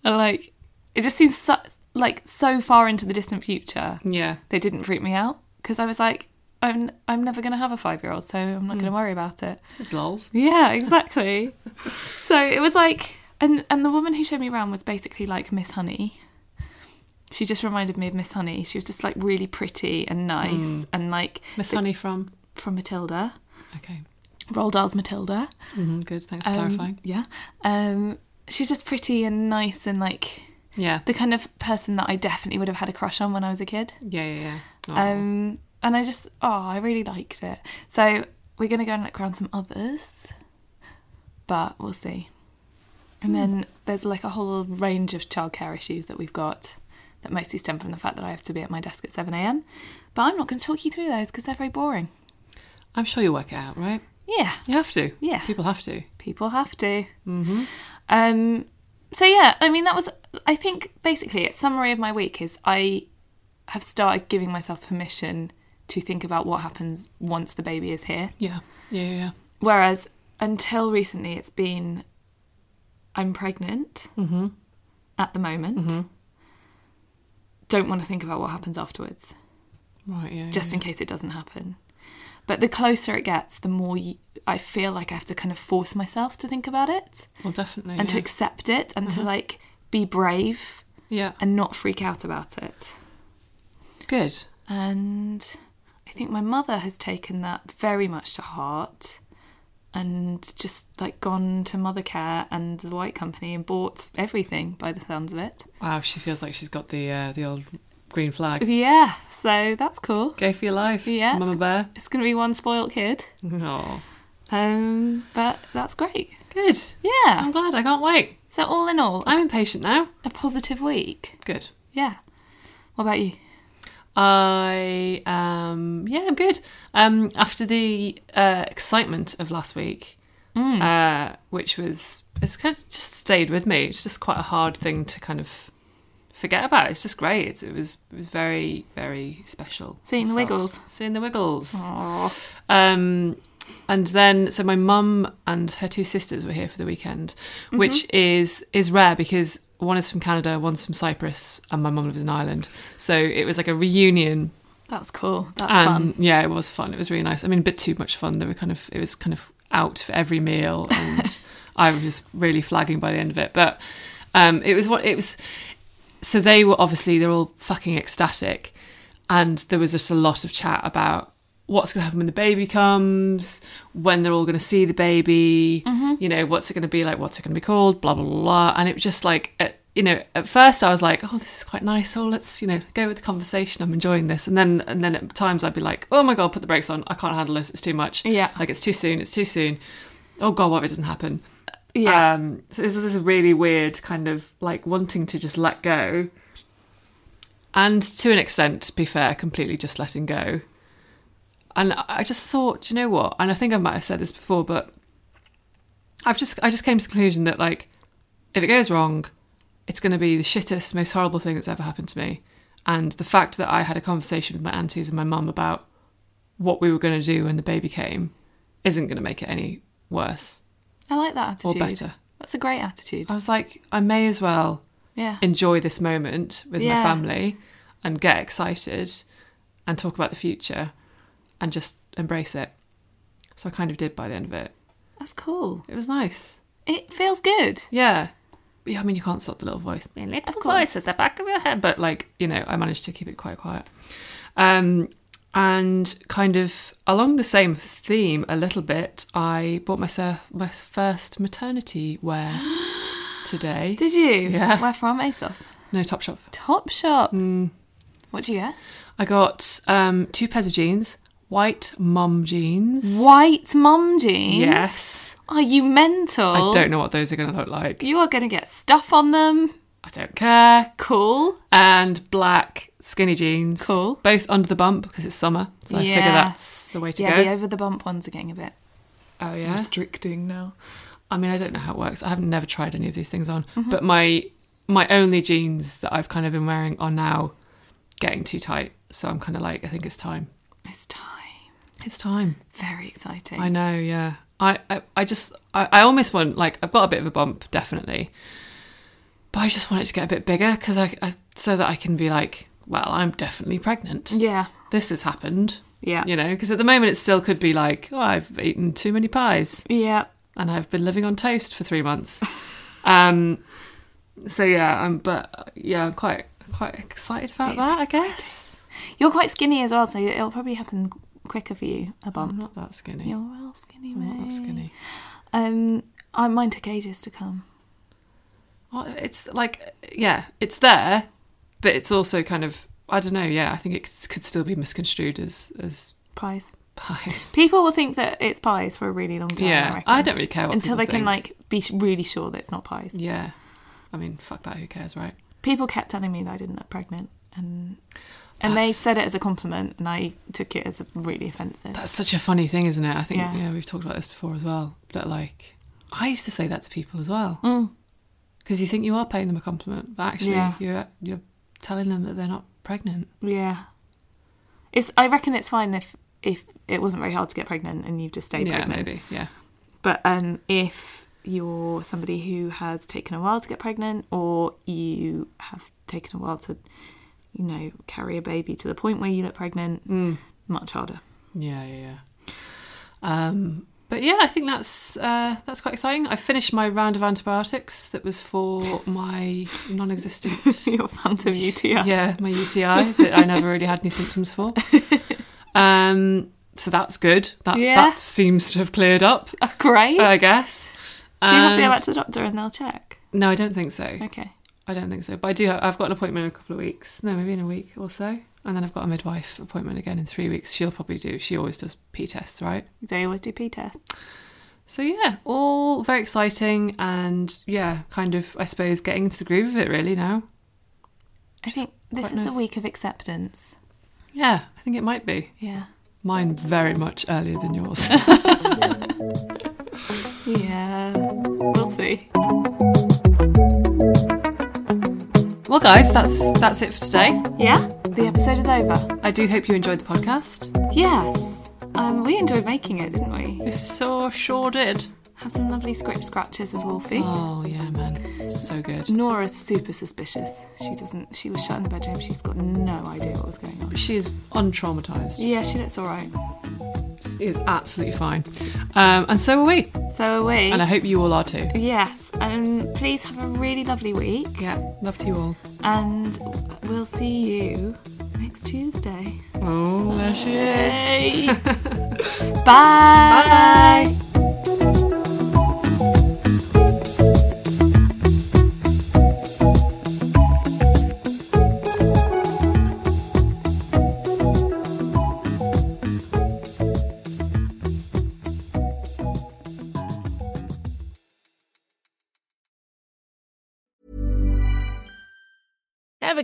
Speaker 3: and like it just seems so, like so far into the distant future
Speaker 2: Yeah.
Speaker 3: they didn't freak me out because I was like, I'm I'm never gonna have a five year old, so I'm not gonna worry about it.
Speaker 2: This is lols.
Speaker 3: Yeah, exactly. so it was like, and and the woman who showed me around was basically like Miss Honey. She just reminded me of Miss Honey. She was just like really pretty and nice and like
Speaker 2: Miss Honey from.
Speaker 3: from Matilda,
Speaker 2: Okay.
Speaker 3: Roald Dahl's Matilda.
Speaker 2: hmm Good. Thanks for
Speaker 3: Um,
Speaker 2: clarifying.
Speaker 3: Yeah. Um, she's just pretty and nice and like
Speaker 2: Yeah.
Speaker 3: the kind of person that I definitely would have had a crush on when I was a kid.
Speaker 2: Yeah. Yeah. Yeah. Oh.
Speaker 3: Um, and I just, oh, I really liked it. So we're going to go and look around some others, but we'll see. And then there's like a whole range of childcare issues that we've got that mostly stem from the fact that I have to be at my desk at 7 a.m. But I'm not going to talk you through those because they're very boring.
Speaker 2: I'm sure you'll work it out, right?
Speaker 3: Yeah,
Speaker 2: You have to.
Speaker 3: Yeah.
Speaker 2: People have to.
Speaker 3: people have to. Mm-hmm. Um, so yeah, I mean that was. I think basically, a summary of my week is I have started giving myself permission to think about what happens once the baby is here.
Speaker 2: Yeah. Yeah. Yeah. yeah.
Speaker 3: Whereas until recently, it's been I'm pregnant at the moment. Don't want to think about what happens afterwards,
Speaker 2: Right. Yeah.
Speaker 3: just in case it doesn't happen. But the closer it gets, the more you, I feel like I have to kind of force myself to think about it
Speaker 2: yeah. Well, definitely.
Speaker 3: and
Speaker 2: yeah. Mm-hmm.
Speaker 3: to accept it and to like be brave
Speaker 2: yeah.
Speaker 3: and not freak out about it.
Speaker 2: Good.
Speaker 3: And I think my mother has taken that very much to heart and just like gone to mother care and the white company and bought everything by the sounds of it.
Speaker 2: Wow. She feels like she's got the uh, the old green flag.
Speaker 3: Yeah, so that's cool.
Speaker 2: Go for your life.
Speaker 3: Yeah.
Speaker 2: Mama bear.
Speaker 3: It's going to be one spoilt kid.
Speaker 2: Oh.
Speaker 3: Um but that's great.
Speaker 2: Good.
Speaker 3: Yeah.
Speaker 2: I'm glad. I can't wait.
Speaker 3: So all in all,
Speaker 2: I'm impatient now.
Speaker 3: a positive week.
Speaker 2: Good.
Speaker 3: Yeah. What about you?
Speaker 2: I um yeah, I'm good. Um after the uh excitement of last week,
Speaker 3: Hmm.
Speaker 2: uh which was it's kind of just stayed with me. It's just quite a hard thing to kind of forget about. It's just great. It's, it was it was very very special.
Speaker 3: Seeing the
Speaker 2: I felt.
Speaker 3: Wiggles.
Speaker 2: Seeing the Wiggles. Um, and then, so my mum and her two sisters were here for the weekend,
Speaker 3: Mm-hmm.
Speaker 2: which is is rare because one is from Canada, one's from Cyprus, and my mum lives in Ireland. So it was like a reunion.
Speaker 3: That's cool. That's
Speaker 2: and
Speaker 3: fun.
Speaker 2: yeah, it was fun. It was really nice. I mean, a bit too much fun. They were kind of it was kind of out for every meal, and I was just really flagging by the end of it. But um, it was what it was so they were obviously they're all fucking ecstatic and there was just a lot of chat about what's going to happen when the baby comes when they're all going to see the baby you know what's it going to be like what's it going to be called blah blah blah, blah. and it was just like at, you know at first i was like oh this is quite nice oh let's you know go with the conversation i'm enjoying this and then and then at times i'd be like oh my god put the brakes on i can't handle this it's too much
Speaker 3: Yeah.
Speaker 2: like it's too soon it's too soon oh god what if it doesn't happen
Speaker 3: Yeah.
Speaker 2: um, so this is this really weird kind of like wanting to just let go. And to an extent, to be fair, completely just letting go. And I- I just thought, do you know what? And I think I might have said this before, but I've just I just came to the conclusion that like if it goes wrong, it's going to be the shittest, most horrible thing that's ever happened to me. And the fact that I had a conversation with my aunties and my mum about what we were going to do when the baby came isn't going to make it any worse.
Speaker 3: I like that
Speaker 2: or
Speaker 3: attitude.
Speaker 2: better. Uh,
Speaker 3: That's a great attitude.
Speaker 2: I was like, I may as well
Speaker 3: Yeah.
Speaker 2: enjoy this moment with my
Speaker 3: Yeah.
Speaker 2: family and get excited and talk about the future and just embrace it. So I kind of did by the end of it.
Speaker 3: That's cool.
Speaker 2: It was nice.
Speaker 3: It feels good.
Speaker 2: Yeah. But yeah, I mean, you can't stop the little voice. The little voice at the back of your head. But like, you know, I managed to keep it quite quiet. Um, and kind of along the same theme a little bit, I bought myself my first maternity wear today.
Speaker 3: Did you?
Speaker 2: Yeah. Hmm.
Speaker 3: Where from? ASOS.
Speaker 2: No, Topshop.
Speaker 3: Top Shop. What do you get?
Speaker 2: I got um, two pairs of jeans, white mum jeans.
Speaker 3: White mum jeans?
Speaker 2: Yes.
Speaker 3: Are you mental?
Speaker 2: I don't know what those are going to look like.
Speaker 3: You are going to get stuff on them.
Speaker 2: I don't care.
Speaker 3: Cool.
Speaker 2: And black skinny jeans.
Speaker 3: Cool.
Speaker 2: Both under the bump because it's summer. So I figure
Speaker 3: Yeah.
Speaker 2: that's the way to
Speaker 3: yeah,
Speaker 2: go.
Speaker 3: the over the bump ones are getting a bit.
Speaker 2: oh, yeah.
Speaker 3: Restricting now.
Speaker 2: I mean, I don't know how it works. I have never tried any of these things on,
Speaker 3: Mm-hmm.
Speaker 2: but my my only jeans that I've kind of been wearing are now getting too tight. So I'm kind of like, I think it's time.
Speaker 3: It's time.
Speaker 2: It's time.
Speaker 3: Very exciting.
Speaker 2: I know. Yeah. I I, I just I, I almost want like I've got a bit of a bump definitely, but I just want it to get a bit bigger because I, I so that I can be like, well, I'm definitely pregnant.
Speaker 3: Yeah.
Speaker 2: This has happened.
Speaker 3: Yeah.
Speaker 2: You know, because at the moment it still could be like, oh, I've eaten too many pies
Speaker 3: Yeah.
Speaker 2: and I've been living on toast for three months. um, so yeah, um, but uh, yeah, I'm quite quite excited about that. I guess
Speaker 3: You're quite skinny as well, so it'll probably happen quicker for you, a
Speaker 2: I'm
Speaker 3: bump.
Speaker 2: not that skinny.
Speaker 3: You're well skinny,
Speaker 2: I'm
Speaker 3: mate.
Speaker 2: not that skinny.
Speaker 3: Um, I, mine took ages to come.
Speaker 2: Well, It's like yeah, it's there, but it's also kind of I don't know. Yeah, I think it c- could still be misconstrued as as
Speaker 3: Pies.
Speaker 2: pies.
Speaker 3: People will think that it's pies for a really long time. I,
Speaker 2: yeah,
Speaker 3: reckon.
Speaker 2: I don't really care what
Speaker 3: until
Speaker 2: people
Speaker 3: they can
Speaker 2: think.
Speaker 3: like be sh- really sure that it's not pies.
Speaker 2: Yeah, I mean, fuck that. Who cares, right?
Speaker 3: People kept telling me that I didn't look pregnant, and and they
Speaker 2: That's-
Speaker 3: said it as a compliment, and I took it as really offensive.
Speaker 2: That's such a funny thing, isn't it? I think
Speaker 3: Yeah.
Speaker 2: yeah, we've talked about this before as well. That like, I used to say that to people as well, because you think you are paying them a compliment, but actually
Speaker 3: Mm. Yeah.
Speaker 2: you're you're telling them that they're not pregnant.
Speaker 3: Yeah, it's. I reckon it's fine if if it wasn't very hard to get pregnant and you've just stayed
Speaker 2: yeah,
Speaker 3: pregnant.
Speaker 2: maybe. Yeah,
Speaker 3: But um, if you're somebody who has taken a while to get pregnant, or you have taken a while to, you know, carry a baby to the point where you look pregnant,
Speaker 2: Mm.
Speaker 3: much harder.
Speaker 2: yeah, yeah. yeah. Um, but yeah, I think that's uh, that's quite exciting. I finished my round of antibiotics that was for my non-existent
Speaker 3: Your phantom UTI.
Speaker 2: yeah, my UTI that I never really had any symptoms for. Um, so that's good. That
Speaker 3: Yeah.
Speaker 2: that seems to have cleared up,
Speaker 3: Great.
Speaker 2: I guess.
Speaker 3: Do you have to go
Speaker 2: Uh, And-
Speaker 3: back to the doctor and they'll check?
Speaker 2: No, I don't think so.
Speaker 3: Okay.
Speaker 2: I don't think so. But I do. Have, I've got an appointment in a couple of weeks. No, maybe in a week or so. And then I've got a midwife appointment again in three weeks. She'll probably do. She always does P tests, right?
Speaker 3: They always do P tests.
Speaker 2: So yeah, all very exciting and yeah, kind of I suppose getting into the groove of it really now.
Speaker 3: I think this
Speaker 2: quite
Speaker 3: is
Speaker 2: nice.
Speaker 3: the week of acceptance.
Speaker 2: Yeah, I think it might be.
Speaker 3: Yeah.
Speaker 2: Mine very much earlier than yours.
Speaker 3: Yeah. We'll see.
Speaker 2: well, guys, that's that's it for today.
Speaker 3: Yeah? The episode is over.
Speaker 2: I do hope you enjoyed the podcast.
Speaker 3: Yes. Um, we enjoyed making it, didn't we?
Speaker 2: We so sure did.
Speaker 3: Had some lovely script scratches with Wolfie.
Speaker 2: Oh yeah, man, so good.
Speaker 3: Nora's super suspicious. She doesn't. She was shut in the bedroom. She's got no idea what was going on.
Speaker 2: She is untraumatized.
Speaker 3: Yeah, she looks all right.
Speaker 2: She is absolutely fine, um, and so are we.
Speaker 3: So are we.
Speaker 2: And I hope you all are too.
Speaker 3: yes. And please have a really lovely week.
Speaker 2: Yeah, love to you all.
Speaker 3: And we'll see you next Tuesday.
Speaker 2: Oh, there she is.
Speaker 3: Bye. Bye.
Speaker 7: Ever